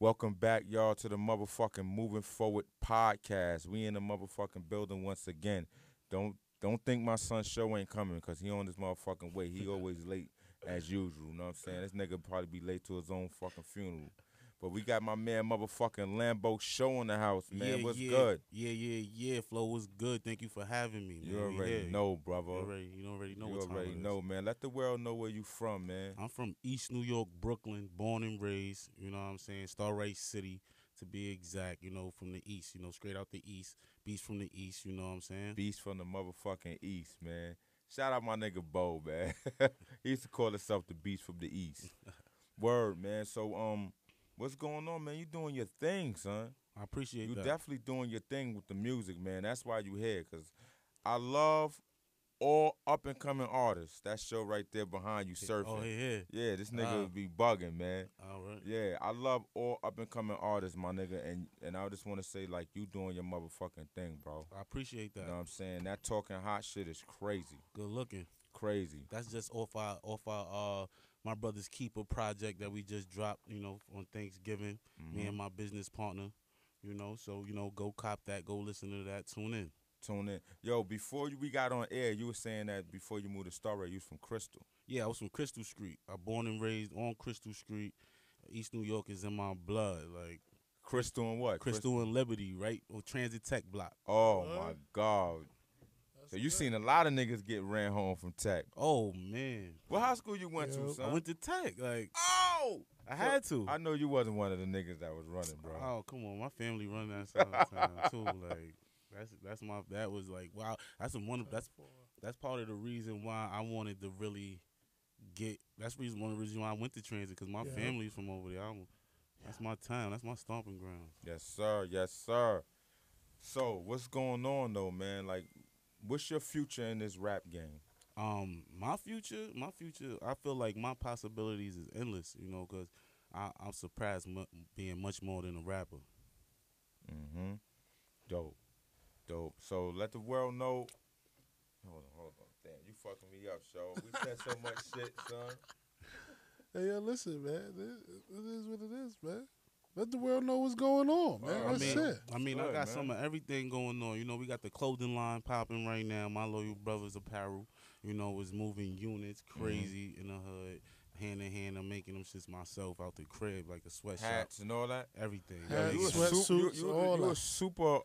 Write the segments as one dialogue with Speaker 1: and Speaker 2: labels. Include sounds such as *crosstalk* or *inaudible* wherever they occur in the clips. Speaker 1: Welcome back, y'all, to the motherfucking Moving Forward podcast. We in the motherfucking building once again. Don't don't think my son's show ain't coming because he on this motherfucking way. He always
Speaker 2: *laughs*
Speaker 1: late as usual. You know what I'm saying? This nigga probably be late to his own fucking funeral. But we got my man motherfucking Lambo show in the house, man.
Speaker 2: yeah,
Speaker 1: What's
Speaker 2: yeah,
Speaker 1: good?
Speaker 2: Yeah, yeah, yeah. Flo was good. Thank you for having me.
Speaker 1: You
Speaker 2: man.
Speaker 1: already
Speaker 2: Yeah.
Speaker 1: know,
Speaker 2: You
Speaker 1: brother.
Speaker 2: already, you already know
Speaker 1: you
Speaker 2: what time
Speaker 1: already
Speaker 2: it is.
Speaker 1: know, man. Let the world know where you from, man.
Speaker 2: I'm from East New York, Brooklyn, born and raised. You know what I'm saying? Starlight City, to be exact. You know, from the east. You know, straight out the east. Beast from the east. You know what I'm saying?
Speaker 1: Beast from the motherfucking East, man. Shout out my nigga Bo, man. *laughs* he used to call himself the Beast from the East.
Speaker 2: *laughs*
Speaker 1: Word, man. So, um, what's going on, man? You doing your thing, son.
Speaker 2: I appreciate
Speaker 1: You
Speaker 2: that.
Speaker 1: definitely doing your thing with the music, man. That's why you here, cause I love all up and coming artists. That show right there behind you, surfing.
Speaker 2: Oh yeah, yeah.
Speaker 1: Yeah, this nigga
Speaker 2: Ah.
Speaker 1: be bugging, man.
Speaker 2: All right.
Speaker 1: Yeah, I love all up and coming artists, my nigga, and and I just want to say like you doing your motherfucking thing, bro.
Speaker 2: I appreciate
Speaker 1: You
Speaker 2: that.
Speaker 1: know what I'm saying? That talking hot shit is crazy,
Speaker 2: Good looking.
Speaker 1: crazy.
Speaker 2: That's just off our off our uh my brother's keeper project that we just dropped. You know, on Thanksgiving. me and my business partner. You know, so you know, go cop that, go listen to that, tune in.
Speaker 1: Tune in, yo. Before you, we got on air, you were saying that before you moved to Star Ray, you was from Crystal.
Speaker 2: Yeah, I was from Crystal Street. I born and raised on Crystal Street. East New York is in my blood, like
Speaker 1: Crystal and what?
Speaker 2: Crystal and Liberty, right? Or Transit Tech Block.
Speaker 1: Oh
Speaker 3: What?
Speaker 1: my God. So you seen a lot of niggas get ran home from Tech.
Speaker 2: Oh man,
Speaker 1: What high school you went to,
Speaker 3: Yup.
Speaker 1: son?
Speaker 2: I went to Tech. Like
Speaker 1: oh,
Speaker 2: I had to.
Speaker 1: I know you wasn't one of the niggas that was running, bro.
Speaker 2: Oh come on, my family run that sometime too. Like that's that's my that was like wow. That's the one. of- That's that's part of the reason why I wanted to really get. That's reason one of the reason why I went to transit because my
Speaker 3: Yeah.
Speaker 2: family's from over there. I'm, that's my town. That's my stomping ground.
Speaker 1: Yes, sir. Yes, sir. So what's going on though, man? Like, what's your future in this rap game?
Speaker 2: Um, my future, my future. I feel like my possibilities is endless. You know, because I'm surprised mu- being much more than a rapper.
Speaker 1: Mm-hmm. Dope. Dope. So let the world know. Hold on, hold on. Damn, you fucking me up, show. We said so much *laughs* shit, son.
Speaker 3: Hey, yo, listen, man. It, it is what it is, man. Let the world know what's going on, man.
Speaker 2: Uh,
Speaker 1: Oh,
Speaker 2: I
Speaker 3: That's
Speaker 2: mean,
Speaker 3: it.
Speaker 2: I mean,
Speaker 1: Good,
Speaker 2: I got
Speaker 1: man.
Speaker 2: some of everything going on. You know, we got the clothing line popping right now. My loyal brothers apparel. You know, is moving units
Speaker 1: Mm-hmm.
Speaker 2: crazy in the hood, hand in hand. I'm making them shits myself out the crib like a sweatshop.
Speaker 1: Hats and all that.
Speaker 2: Everything.
Speaker 1: Yo,
Speaker 3: Hats,
Speaker 1: you a,
Speaker 2: everything.
Speaker 3: sweat-
Speaker 1: sup- you-
Speaker 3: sweatsuits,
Speaker 1: you a-
Speaker 3: all
Speaker 1: you a
Speaker 3: that.
Speaker 1: super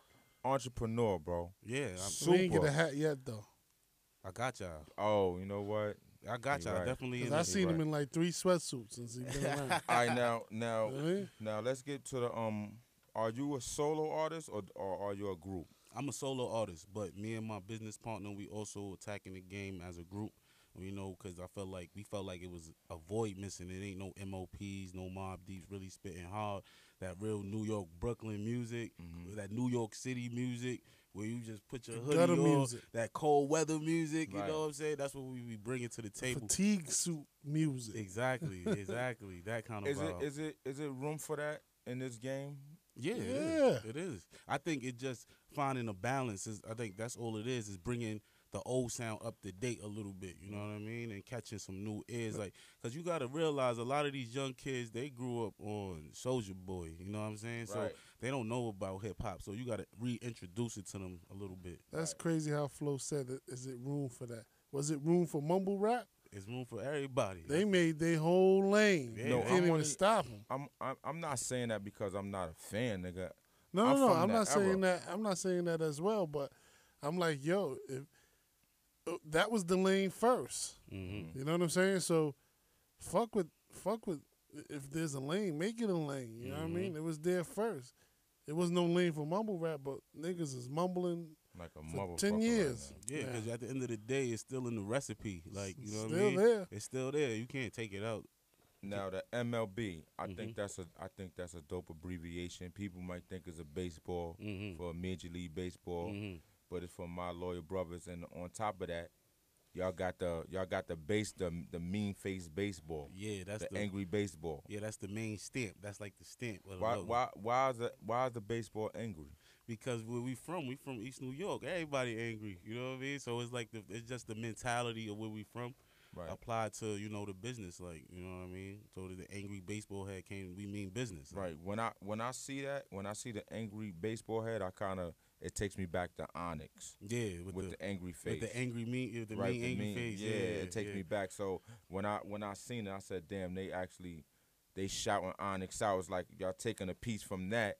Speaker 1: entrepreneur, bro.
Speaker 2: yeah, I,
Speaker 3: We ain't get
Speaker 1: Super.
Speaker 3: a hat yet though.
Speaker 2: I got y'all.
Speaker 1: Oh, you know what?
Speaker 2: I got
Speaker 1: You
Speaker 2: y'all.
Speaker 1: right.
Speaker 2: Definitely. in
Speaker 3: Cause I
Speaker 2: the-
Speaker 3: seen
Speaker 1: right.
Speaker 3: him in like three sweatsuits since he
Speaker 1: *laughs*
Speaker 3: been around.
Speaker 1: All right,
Speaker 3: *laughs*
Speaker 1: now,
Speaker 3: You
Speaker 1: now,
Speaker 3: know what I mean?
Speaker 1: now, let's get to the um. Are you a solo artist or or are you a group?
Speaker 2: I'm a solo artist, but me and my business partner, we also attacking the game as a group. You know, because I felt like we felt like it was a void missing. It ain't no MOPs, no Mob Deeps really spitting hard. That real New York, Brooklyn music,
Speaker 1: Mhm.
Speaker 2: that New York City music, where you just put your hoodie
Speaker 3: Gutter
Speaker 2: on,
Speaker 3: music,
Speaker 2: that cold weather music. You
Speaker 1: Right.
Speaker 2: know what I'm saying? That's what we be bringing to the
Speaker 3: *laughs*
Speaker 2: table.
Speaker 3: fatigue suit music.
Speaker 2: Exactly, exactly. That kind of
Speaker 1: Is it
Speaker 2: vibe.
Speaker 1: is it is it room for that in this game?
Speaker 2: Yeah, it is.
Speaker 3: Yeah.
Speaker 2: It is. I think it just finding a balance is. I think that's all it is. Is bringing the old sound up to date a little bit. You know what I mean? And catching some new ears, like because you got to realize a lot of these young kids they grew up on Soldier Boy. You know what I'm saying? So
Speaker 1: Right.
Speaker 2: they don't know about hip hop. So you got to reintroduce it to them a little bit.
Speaker 3: That's crazy how Flo said it. Is it room for that? Was it room for mumble rap?
Speaker 2: It's room for everybody.
Speaker 3: They made their whole lane.
Speaker 2: Yeah,
Speaker 3: They
Speaker 2: No, I
Speaker 3: didn't even
Speaker 1: wanna-
Speaker 3: stop them.
Speaker 1: I'm I'm I'm not saying that because I'm not a fan, nigga.
Speaker 3: No,
Speaker 1: I'm
Speaker 3: no, no.
Speaker 1: from
Speaker 3: I'm
Speaker 1: that
Speaker 3: not saying
Speaker 1: era.
Speaker 3: that. I'm not saying that as well. But I'm like, yo, if, uh, that was the lane first.
Speaker 2: Mhm.
Speaker 3: You know what I'm saying? So, fuck with, fuck with. If there's a lane, make it a lane. You know what I
Speaker 2: Mhm.
Speaker 3: mean? It was there first. It was no lane for mumble rap, but niggas is mumbling
Speaker 1: Like a
Speaker 3: for
Speaker 1: motherfucker.
Speaker 3: ten
Speaker 1: right
Speaker 3: years.
Speaker 1: now.
Speaker 2: Yeah, because at the end of the day, it's still in the recipe. Like you know what
Speaker 3: Still
Speaker 2: I mean?
Speaker 3: there.
Speaker 2: It's still there. You can't take it out.
Speaker 1: Now the MLB, I
Speaker 2: Mhm.
Speaker 1: think that's a I think that's a dope abbreviation. People might think it's a baseball
Speaker 2: Mhm.
Speaker 1: for Major League Baseball,
Speaker 2: Mhm.
Speaker 1: but it's for my loyal brothers. And on top of that, y'all got the y'all got the base the the mean face baseball,
Speaker 2: Yeah, that's
Speaker 1: the,
Speaker 2: the
Speaker 1: angry baseball.
Speaker 2: Yeah, that's the main stamp. That's like the stamp. of the
Speaker 1: Why
Speaker 2: logo.
Speaker 1: why why is the why is the baseball angry?
Speaker 2: Because where we from, we from East New York. Everybody angry. You know what I mean? So it's like the, it's just the mentality of where we from applied to you know the business. Like you know what I mean? So the angry baseball head came. We mean business.
Speaker 1: Right. When I when I see that, when I see the angry baseball head, I kind of it takes me back to Onyx
Speaker 2: Yeah, with,
Speaker 1: with, the,
Speaker 2: the,
Speaker 1: angry face.
Speaker 2: with the angry mean, with the
Speaker 1: right,
Speaker 2: mean
Speaker 1: the
Speaker 2: angry
Speaker 1: mean-
Speaker 2: face.
Speaker 1: Yeah,
Speaker 2: Yeah,
Speaker 1: it takes
Speaker 2: yeah.
Speaker 1: me back. So when I when I seen it, I said, "Damn, they actually they shouting Onyx out." It's like y'all taking a piece from that,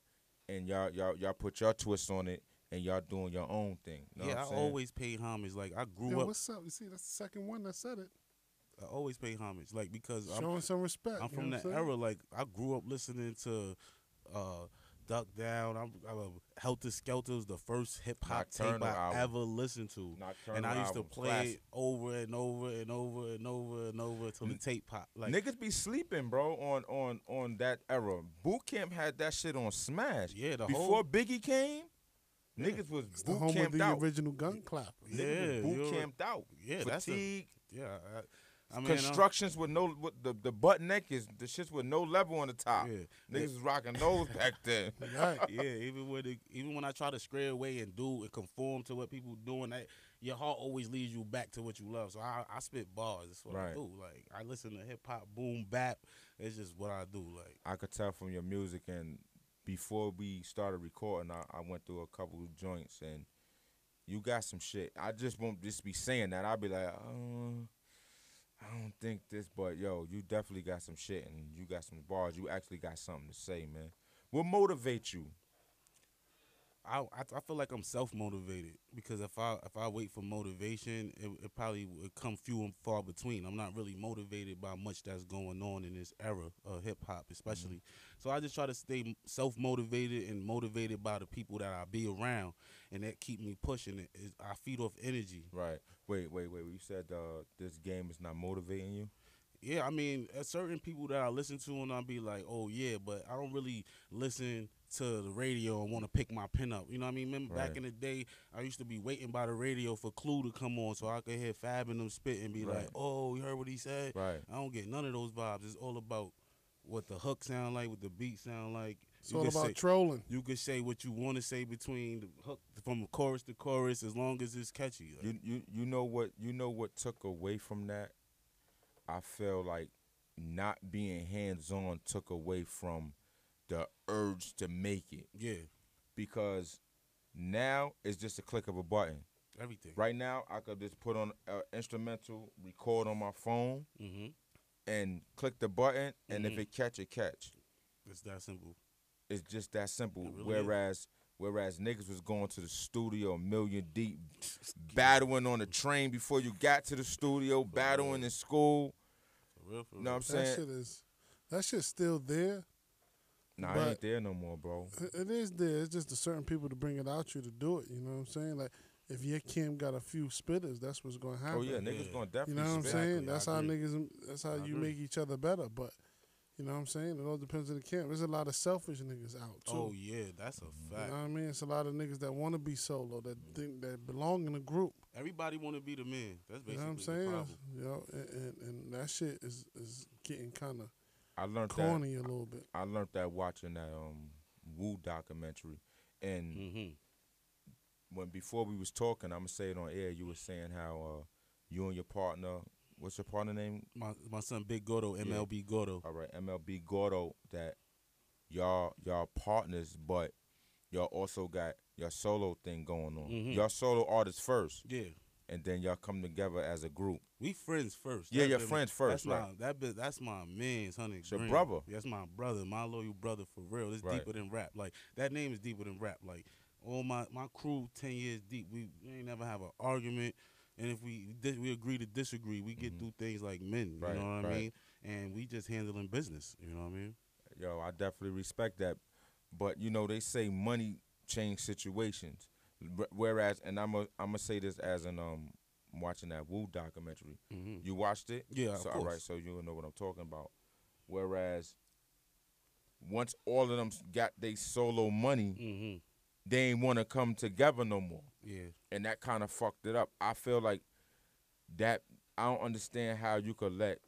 Speaker 1: and y'all y'all y'all put your twist on it, and y'all doing your own thing. Know
Speaker 2: yeah,
Speaker 1: what
Speaker 2: I
Speaker 1: I'm saying?
Speaker 2: always pay homage. Like I grew
Speaker 3: Yo,
Speaker 2: up,
Speaker 3: what's up? You see, that's the second one that said it.
Speaker 2: I always pay homage. Like because I'm,
Speaker 3: Showing some respect. *laughs*
Speaker 2: I'm
Speaker 3: you
Speaker 2: from
Speaker 3: know
Speaker 2: that
Speaker 3: what I'm
Speaker 2: era. Like I grew up listening to uh, Duck Down. I'm, I'm a Helter Skelter was the first hip hop tape
Speaker 1: Nocturnal
Speaker 2: I
Speaker 1: album.
Speaker 2: ever listened to.
Speaker 1: Nocturnal
Speaker 2: and I used to
Speaker 1: album,
Speaker 2: play it
Speaker 1: classic.
Speaker 2: over and over and over and over and over until the tape pop. Like
Speaker 1: Niggas be sleeping, bro, on on on that era. Boot camp had that shit on smash.
Speaker 2: Yeah, the
Speaker 1: before
Speaker 2: whole-
Speaker 1: Biggie came, niggas was
Speaker 3: It's the
Speaker 1: boot
Speaker 3: home of
Speaker 1: camped
Speaker 3: the
Speaker 1: out.
Speaker 3: original gun clapper.
Speaker 2: Yeah.
Speaker 1: Niggas was boot
Speaker 2: you're-
Speaker 1: camped out.
Speaker 2: yeah, that's a-
Speaker 1: fatigue.
Speaker 2: yeah, I, I mean, I'm-
Speaker 1: constructions with no with the the butt neck is the shits with no level on the top.
Speaker 2: Yeah.
Speaker 1: Niggas was rocking those back then.
Speaker 2: *laughs*
Speaker 3: Right.
Speaker 2: yeah, even when it, even when I try to stray away and do and conform to what people doing, that your heart always leads you back to what you love. So I, I spit bars. That's what I
Speaker 1: Right.
Speaker 2: do. Like I listen to hip hop, boom bap. It's just what I do. Like
Speaker 1: *laughs* I could tell from your music and before we started recording, I, I went through a couple of joints and you got some shit. I just won't just be saying that. I'll be like, uh, I don't think this, but yo, you definitely got some shit and you got some bars. You actually got something to say, man. What motivates you?
Speaker 2: I, I, I feel like I'm self motivated because if I if I wait for motivation, it, it probably would come few and far between. I'm not really motivated by much that's going on in this era of hip hop, especially. So I just try to stay self motivated and motivated by the people that I be around, and that keep me pushing. It, it, I feed off energy.
Speaker 1: Right. Wait, wait, wait. You said uh, this game is not motivating you.
Speaker 2: Yeah, I mean, uh, certain people that I listen to and I'll be like, oh yeah, but I don't really listen to the radio and want to pick my pin up. You know what I mean? Remember back
Speaker 1: Right.
Speaker 2: in the day, I used to be waiting by the radio for Clue to come on so I could hear Fab and them spit and be like,
Speaker 1: Right.
Speaker 2: oh, you heard what he said?
Speaker 1: Right.
Speaker 2: I don't get none of those vibes. It's all about what the hook sound like, what the beat sound like.
Speaker 3: It's all
Speaker 2: could
Speaker 3: about
Speaker 2: say-
Speaker 3: trolling.
Speaker 2: you could say what you want to say between the hook from chorus to chorus as long as it's catchy. Like,
Speaker 1: you you you know what you know what took away from that i feel like not being hands on took away from the urge to make it
Speaker 2: yeah,
Speaker 1: because now it's just a click of a button
Speaker 2: everything.
Speaker 1: right now i could just put on an instrumental record on my phone
Speaker 2: Mm-hmm.
Speaker 1: and click the button and if
Speaker 2: Mhm.
Speaker 1: it catch it catch
Speaker 2: It's that simple.
Speaker 1: it's just that simple
Speaker 2: It really is.
Speaker 1: whereas whereas niggas was going to the studio a million deep battling on the train before you got to the studio
Speaker 3: uh,
Speaker 1: battling in school
Speaker 2: For real, for real.
Speaker 1: No, I'm
Speaker 3: That
Speaker 1: saying
Speaker 3: shit is. That shit's still there.
Speaker 1: nah,
Speaker 3: but-
Speaker 1: I ain't there no more, bro.
Speaker 3: It- It is there. It's just the certain people to bring it out you to do it. You know what I'm saying? Like if your Kim got a few spitters, that's what's going to happen.
Speaker 1: Oh yeah,
Speaker 2: yeah.
Speaker 1: niggas gonna definitely.
Speaker 3: You know what I'm
Speaker 1: spit.
Speaker 2: Exactly,
Speaker 3: saying?
Speaker 2: I
Speaker 3: That's how
Speaker 2: agree.
Speaker 3: niggas. That's how
Speaker 2: I
Speaker 3: you
Speaker 2: agree.
Speaker 3: make each other better. But you know what I'm saying? It all depends on the camp. There's a lot of selfish niggas out too.
Speaker 2: Oh yeah, that's a
Speaker 3: you
Speaker 2: fact.
Speaker 3: know what I mean? It's a lot of niggas that want to be solo that
Speaker 2: Mm-hmm.
Speaker 3: think that belong in a group.
Speaker 2: Everybody want to be the man. That's basically
Speaker 3: You know what I'm
Speaker 2: the
Speaker 3: saying?
Speaker 2: problem.
Speaker 3: Yo, and, and, and that shit is is getting kind of
Speaker 1: I learned that.
Speaker 3: corny a little bit.
Speaker 1: I learned that watching that um Wu documentary, and
Speaker 3: Mm.
Speaker 2: Mm-hmm.
Speaker 1: when before we was talking, I'm gonna say it on air. You were saying how uh you and your partner, what's your partner name?
Speaker 2: My my son Big Gordo, MLB Gordo.
Speaker 1: All right, MLB Gordo. That y'all y'all partners, but y'all also got your solo thing going on.
Speaker 2: Mhm.
Speaker 1: Y'all solo artists first,
Speaker 2: Yeah,
Speaker 1: and then y'all come together as a group.
Speaker 2: we friends first.
Speaker 1: Yeah,
Speaker 2: That
Speaker 1: you're
Speaker 2: been-
Speaker 1: friends first,
Speaker 2: That's my
Speaker 1: right.
Speaker 2: that been, that's my man's honey.
Speaker 1: It's your brother.
Speaker 2: That's my brother, my loyal brother for real. It's
Speaker 1: Right.
Speaker 2: deeper than rap. Like that name is deeper than rap. Like all my my crew, ten years deep. We, we ain't never have an argument. And if we dis- we agree to disagree, we get
Speaker 1: Mhm.
Speaker 2: through things like men.
Speaker 1: Right,
Speaker 2: you know what I
Speaker 1: right.
Speaker 2: mean? And we just handling business. You know what I mean?
Speaker 1: Yo, I definitely respect that. But you know, they say money change situations. Wh- Whereas, and I'm a, I'm gonna say this as an um watching that Wu documentary.
Speaker 2: Mm-hmm.
Speaker 1: You watched it,
Speaker 2: Yeah,
Speaker 1: so
Speaker 2: of
Speaker 1: all
Speaker 2: course.
Speaker 1: right, so you know what I'm talking about. Whereas, once all of them got they solo money,
Speaker 2: Mm-hmm.
Speaker 1: they ain't want to come together no more,
Speaker 2: Yeah.
Speaker 1: and that kind of fucked it up. I feel like that. I don't understand how you could let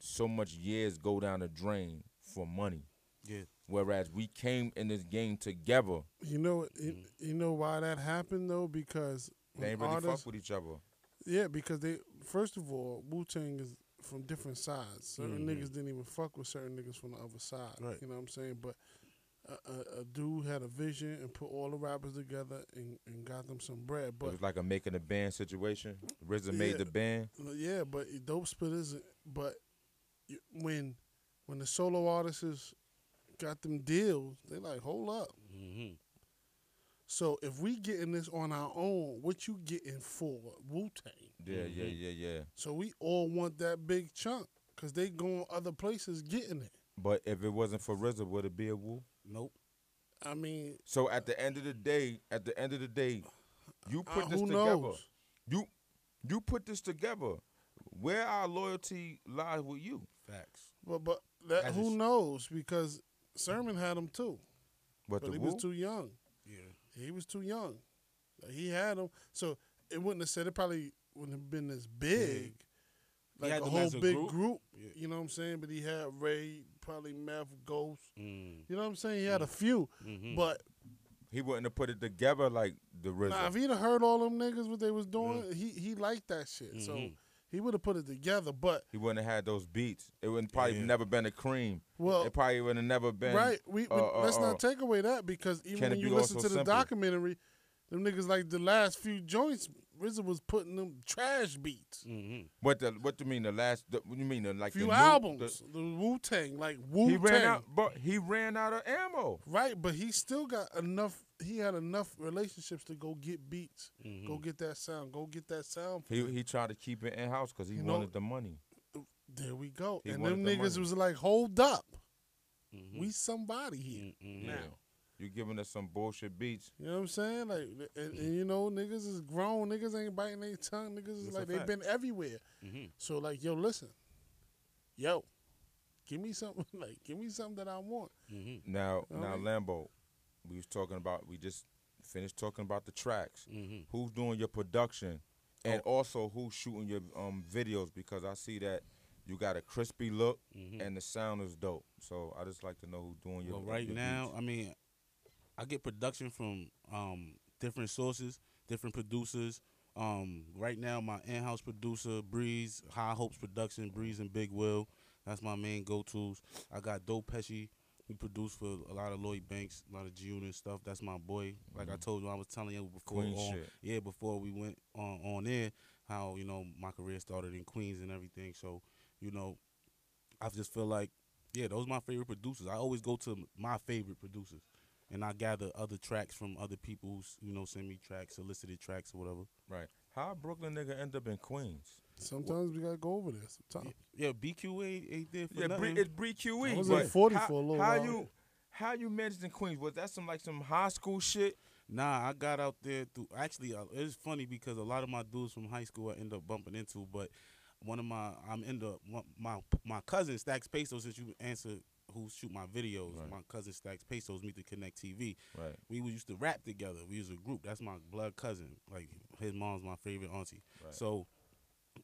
Speaker 1: so much years go down the drain for money.
Speaker 2: Yeah.
Speaker 1: Whereas we came in this game together,
Speaker 3: You know, what- you,
Speaker 2: Mm-hmm.
Speaker 3: you know why that happened though? Because
Speaker 1: they
Speaker 3: when
Speaker 1: ain't really
Speaker 3: artists-
Speaker 1: fuck with each other.
Speaker 3: Yeah, because they first of all, Wu Tang is from different sides. Certain
Speaker 2: Mhm.
Speaker 3: niggas didn't even fuck with certain niggas from the other side.
Speaker 2: Right.
Speaker 3: You know what I'm saying? But a, a, a dude had a vision and put all the rappers together and, and got them some bread.
Speaker 1: it
Speaker 3: But
Speaker 1: was like a making a band situation. RZA made
Speaker 3: Yeah.
Speaker 1: the band.
Speaker 3: yeah, but dope splitters. But you- when when the solo artists got them deals, they like hold up.
Speaker 2: Mm-hmm.
Speaker 3: So if we getting this on our own, what you getting for Wu Tang?
Speaker 1: Yeah, yeah,
Speaker 2: Mhm.
Speaker 1: yeah, yeah.
Speaker 3: So we all want that big chunk because they going other places getting it.
Speaker 1: But if it wasn't for RZA, would it be a woo?
Speaker 2: Nope.
Speaker 3: I mean,
Speaker 1: So at the end of the day, at the end of the day, you
Speaker 3: uh,
Speaker 1: put this
Speaker 3: who
Speaker 1: together.
Speaker 3: knows?
Speaker 1: You you put this together. Where our loyalty lies with you.
Speaker 2: Facts.
Speaker 3: But but that,
Speaker 1: As
Speaker 3: who
Speaker 1: it's-
Speaker 3: knows? Because Sermon had him too,
Speaker 1: But,
Speaker 3: but
Speaker 1: the
Speaker 3: he
Speaker 1: woo,
Speaker 3: was too young.
Speaker 2: Yeah.
Speaker 3: He was too young. Like, He had him, so it wouldn't have said it probably wouldn't have been this big,
Speaker 2: Big. He
Speaker 3: like
Speaker 2: had
Speaker 3: a
Speaker 2: them
Speaker 3: whole
Speaker 2: as a
Speaker 3: big
Speaker 2: group?
Speaker 3: group.
Speaker 2: Yeah.
Speaker 3: You know what I'm saying? But he had Ray, probably Meth, Ghost.
Speaker 2: Mm.
Speaker 3: You know what I'm saying? He had a few,
Speaker 2: Mm-hmm.
Speaker 3: but
Speaker 1: he wouldn't have put it together like the RZA.
Speaker 3: nah, if he'd have heard all them niggas what they was doing,
Speaker 1: Mm-hmm.
Speaker 3: he he liked that shit. So
Speaker 2: Mhm.
Speaker 3: he would have put it together. But
Speaker 1: he wouldn't have had those beats. It wouldn't probably
Speaker 2: Yeah.
Speaker 1: never been a cream.
Speaker 3: well,
Speaker 1: it probably would have never been
Speaker 3: right? We, we-
Speaker 1: uh,
Speaker 3: let's
Speaker 1: uh, uh,
Speaker 3: not take away that because even
Speaker 1: Can It
Speaker 3: when you
Speaker 1: Be All
Speaker 3: listen
Speaker 1: So
Speaker 3: to the
Speaker 1: Simple?
Speaker 3: documentary, them niggas like the last few joints, RZA was putting them trash beats.
Speaker 2: Mm-hmm.
Speaker 1: What the what do you mean the last? The, what do you mean the, like
Speaker 3: few
Speaker 1: the new-
Speaker 3: albums, the, Wu Tang, like
Speaker 1: the-
Speaker 3: Wu
Speaker 1: he
Speaker 3: Tang,
Speaker 1: ran out, but he ran out of ammo.
Speaker 3: right? But he still got enough. He had enough relationships to go get beats,
Speaker 2: Mm-hmm.
Speaker 3: go get that sound, go get that sound.
Speaker 1: He he tried to keep it in house because he
Speaker 3: You know-
Speaker 1: wanted the money.
Speaker 3: There we go.
Speaker 1: He
Speaker 3: and
Speaker 1: wanted
Speaker 3: them
Speaker 1: the
Speaker 3: niggas
Speaker 1: money.
Speaker 3: was like, "Hold up,
Speaker 2: Mm-hmm.
Speaker 3: we somebody here."
Speaker 2: Mm-hmm.
Speaker 1: Yeah. You giving us some bullshit beats.
Speaker 3: You know what I'm saying? Like, and, and you know, niggas is grown. Niggas ain't biting their tongue. Niggas is
Speaker 2: That's a
Speaker 3: like they've
Speaker 2: fact.
Speaker 3: been everywhere.
Speaker 2: Mm-hmm.
Speaker 3: So like, yo, listen, yo, give me something. *laughs* Like, give me something that I want.
Speaker 2: Mm-hmm.
Speaker 1: Now
Speaker 3: All
Speaker 1: now
Speaker 3: right.
Speaker 1: Lambo, we was talking about we just finished talking about the tracks.
Speaker 2: Mm-hmm.
Speaker 1: Who's doing your production, and also who's shooting your um videos? Because I see that you got a crispy look
Speaker 2: Mm-hmm.
Speaker 1: and the sound is dope. So I just like to know who's doing your.
Speaker 2: Well, right
Speaker 1: your
Speaker 2: now,
Speaker 1: beats.
Speaker 2: I mean, I get production from um, different sources, different producers. Um, right now, my in-house producer, Breeze High Hopes Production, Breeze and Big Will. That's my main go-tos. I got Doe Pesci. He produced for a lot of Lloyd Banks, a lot of G Unit stuff. That's my boy. Like I told you, I was telling you before.
Speaker 1: Mm-hmm. Queen
Speaker 2: on-
Speaker 1: shit.
Speaker 2: Yeah, before we went on on air, how you know my career started in Queens and everything. So you know, I just feel like yeah, those my favorite producers. I always go to my favorite producers, and I gather other tracks from other people's, you know, send me tracks, solicited tracks or whatever.
Speaker 1: right. How a Brooklyn nigga end up in Queens?
Speaker 3: Sometimes we gotta go over there. Sometimes.
Speaker 2: Yeah, BQ ain't, ain't there for
Speaker 1: Yeah, Bree,
Speaker 2: nothing.
Speaker 1: it's Bree QE.
Speaker 3: I was
Speaker 1: but
Speaker 3: in 40
Speaker 1: how,
Speaker 3: for a little
Speaker 1: how
Speaker 3: while.
Speaker 1: You, how you managed in Queens? Was that some like some high school shit?
Speaker 2: nah, I got out there through. Actually, uh, it's funny because a lot of my dudes from high school I end up bumping into, but one of my I'm in the one- my my cousin Stacks Pesos since you answered who shoot my videos.
Speaker 1: Right.
Speaker 2: My cousin Stacks Pesos meet the Connect TV.
Speaker 1: Right.
Speaker 2: we was used to rap together. We was a group. That's my blood cousin. Like his mom's my favorite auntie.
Speaker 1: Right.
Speaker 2: So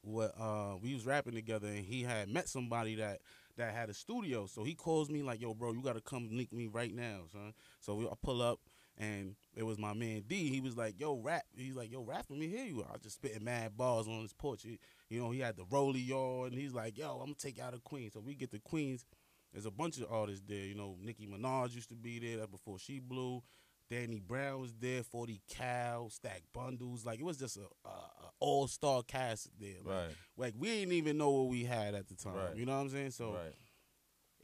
Speaker 2: what uh we was rapping together and he had met somebody that that had a studio. So he calls me like, "Yo, bro, you got to come link me right now, son." So we, I pull up and it was my man D. He was like, "Yo, rap." He's like, "Yo, rap for me here." You, are." I was just spitting mad bars on his porch. He- you know, he had the rollie on. And he's like, "Yo, I'm gonna take you out of Queens." So we get to Queens. There's a bunch of artists there. You know, Nicki Minaj used to be there. That's before she blew. Danny Brown was there, 40 Cal, Stack Bundles. Like, it was just a, a, a all star cast there. Like,
Speaker 1: Right.
Speaker 2: like, we didn't even know what we had at the time.
Speaker 1: Right.
Speaker 2: You know what I'm saying? So,
Speaker 1: right.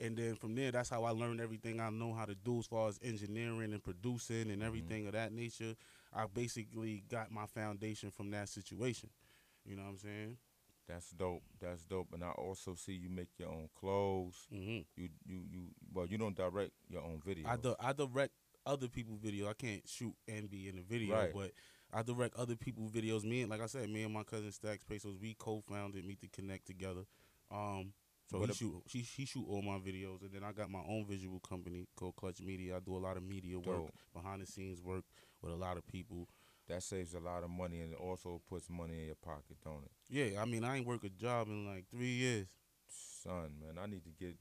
Speaker 2: and then from there, that's how I learned everything I know how to do as far as engineering and producing
Speaker 1: Mm-hmm.
Speaker 2: and everything of that nature. I basically got my foundation from that situation. You know what I'm saying?
Speaker 1: That's dope. That's dope. And I also see you make your own clothes.
Speaker 2: Mm-hmm.
Speaker 1: You you you. Well, you don't direct your own video.
Speaker 2: I, di- I direct other people's videos. I can't shoot and be in the video,
Speaker 1: Right.
Speaker 2: but I direct other people's videos. Me and like I said, me and my cousin Stacks Pesos, we co-founded Meet the Connect together. Um, so
Speaker 1: What
Speaker 2: he
Speaker 1: ab-
Speaker 2: shoot, she she shoot all my videos, and then I got my own visual company called Clutch Media. I do a lot of media work,
Speaker 1: Dope.
Speaker 2: behind the scenes work with a lot of people.
Speaker 1: That saves a lot of money and it also puts money in your pocket, don't it?
Speaker 2: Yeah, I mean I ain't work a job in like three years.
Speaker 1: Son, man, I need to get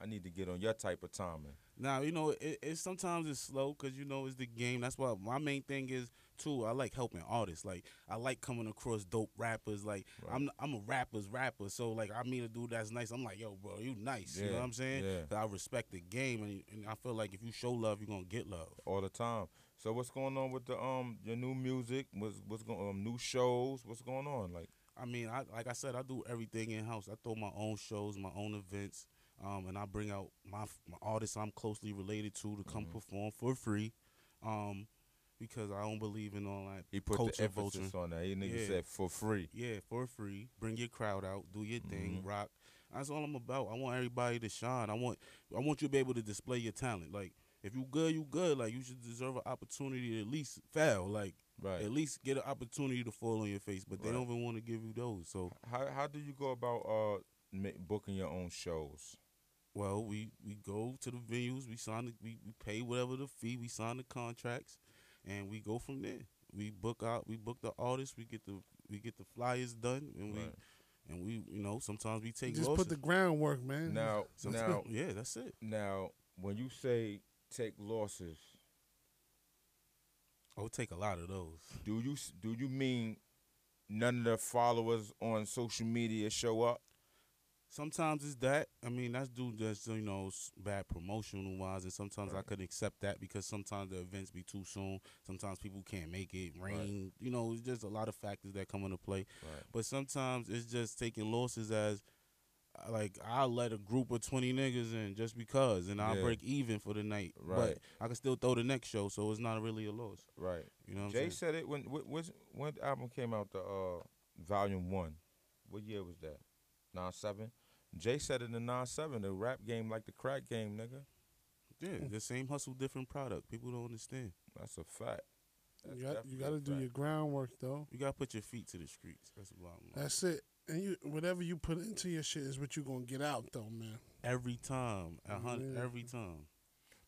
Speaker 1: I need to get on your type of timing.
Speaker 2: Now you know it, it sometimes it's slow because you know it's the game. That's why my main thing is too. I like helping artists. Like I like coming across dope rappers. Like
Speaker 1: Right.
Speaker 2: I'm I'm a rapper's rapper. So like I meet a dude that's nice. I'm like yo, bro, you nice. You know
Speaker 1: Yeah,
Speaker 2: what I'm saying?
Speaker 1: yeah.
Speaker 2: 'Cause I respect the game, and, and I feel like if you show love, you're gonna get love.
Speaker 1: all the time. So what's going on with the um your new music? What's what's going um new shows? What's going on? Like
Speaker 2: I mean, I like I said, I do everything in house. I throw my own shows, my own events, um, and I bring out my f- my artists I'm closely related to to come
Speaker 1: Mhm.
Speaker 2: perform for free, um, because I don't believe in all that.
Speaker 1: he put
Speaker 2: Culture
Speaker 1: the emphasis
Speaker 2: vulture.
Speaker 1: on that. He nigga
Speaker 2: Yeah.
Speaker 1: said for free.
Speaker 2: Yeah, for free. Bring your crowd out, do your thing,
Speaker 1: Mhm.
Speaker 2: rock. That's all I'm about. I want everybody to shine. I want I want you to be able to display your talent. Like if you good, you good. Like you should deserve an opportunity to at least fail. Like
Speaker 1: Right.
Speaker 2: at least get an opportunity to fall on your face. But they
Speaker 1: Right.
Speaker 2: don't even want to give you those. So
Speaker 1: How how do you go about uh ma- booking your own shows?
Speaker 2: Well, we, we go to the venues, we sign the, we, we pay whatever the fee, we sign the contracts, and we go from there. We book out, we book the artists, we get the we get the flyers done, and
Speaker 1: Right.
Speaker 2: we and we you know sometimes we take
Speaker 3: Just
Speaker 2: losses.
Speaker 3: put the groundwork, man.
Speaker 1: Now
Speaker 2: Sometimes-
Speaker 1: now
Speaker 2: yeah, that's it.
Speaker 1: now when you say take losses,
Speaker 2: I would take a lot of those.
Speaker 1: do you s- do you mean none of the followers on social media show up?
Speaker 2: Sometimes it's that. I mean, that's due just you know s- bad promotional wise, and sometimes I
Speaker 1: Right.
Speaker 2: could accept that because sometimes the events be too soon. Sometimes people can't make it. Rain, you know, it's just a lot of factors that come into play.
Speaker 1: Right.
Speaker 2: But sometimes it's just taking losses as uh, like I'll let a group of twenty niggas in just because, and I'll
Speaker 1: Yeah.
Speaker 2: break even for the night.
Speaker 1: Right.
Speaker 2: But I can still throw the next show, so it's not really a loss.
Speaker 1: Right.
Speaker 2: You know what
Speaker 1: Jay
Speaker 2: I'm saying?
Speaker 1: said it when wh- which when the album came out the uh volume one. What year was that? Nine seven? Jay said it in nine seven, the rap game like the crack game, nigga.
Speaker 2: Yeah, the same hustle, different product. People don't understand.
Speaker 1: That's a fact. That's
Speaker 3: you got
Speaker 1: definitely
Speaker 3: you
Speaker 1: a
Speaker 3: got to do
Speaker 1: fact.
Speaker 3: your groundwork though.
Speaker 2: You gotta put your feet to the streets. That's the bottom line.
Speaker 3: That's it. And you whatever you put into your shit is what you gonna get out though, man.
Speaker 2: every time, a hundred,
Speaker 3: Yeah.
Speaker 2: every time.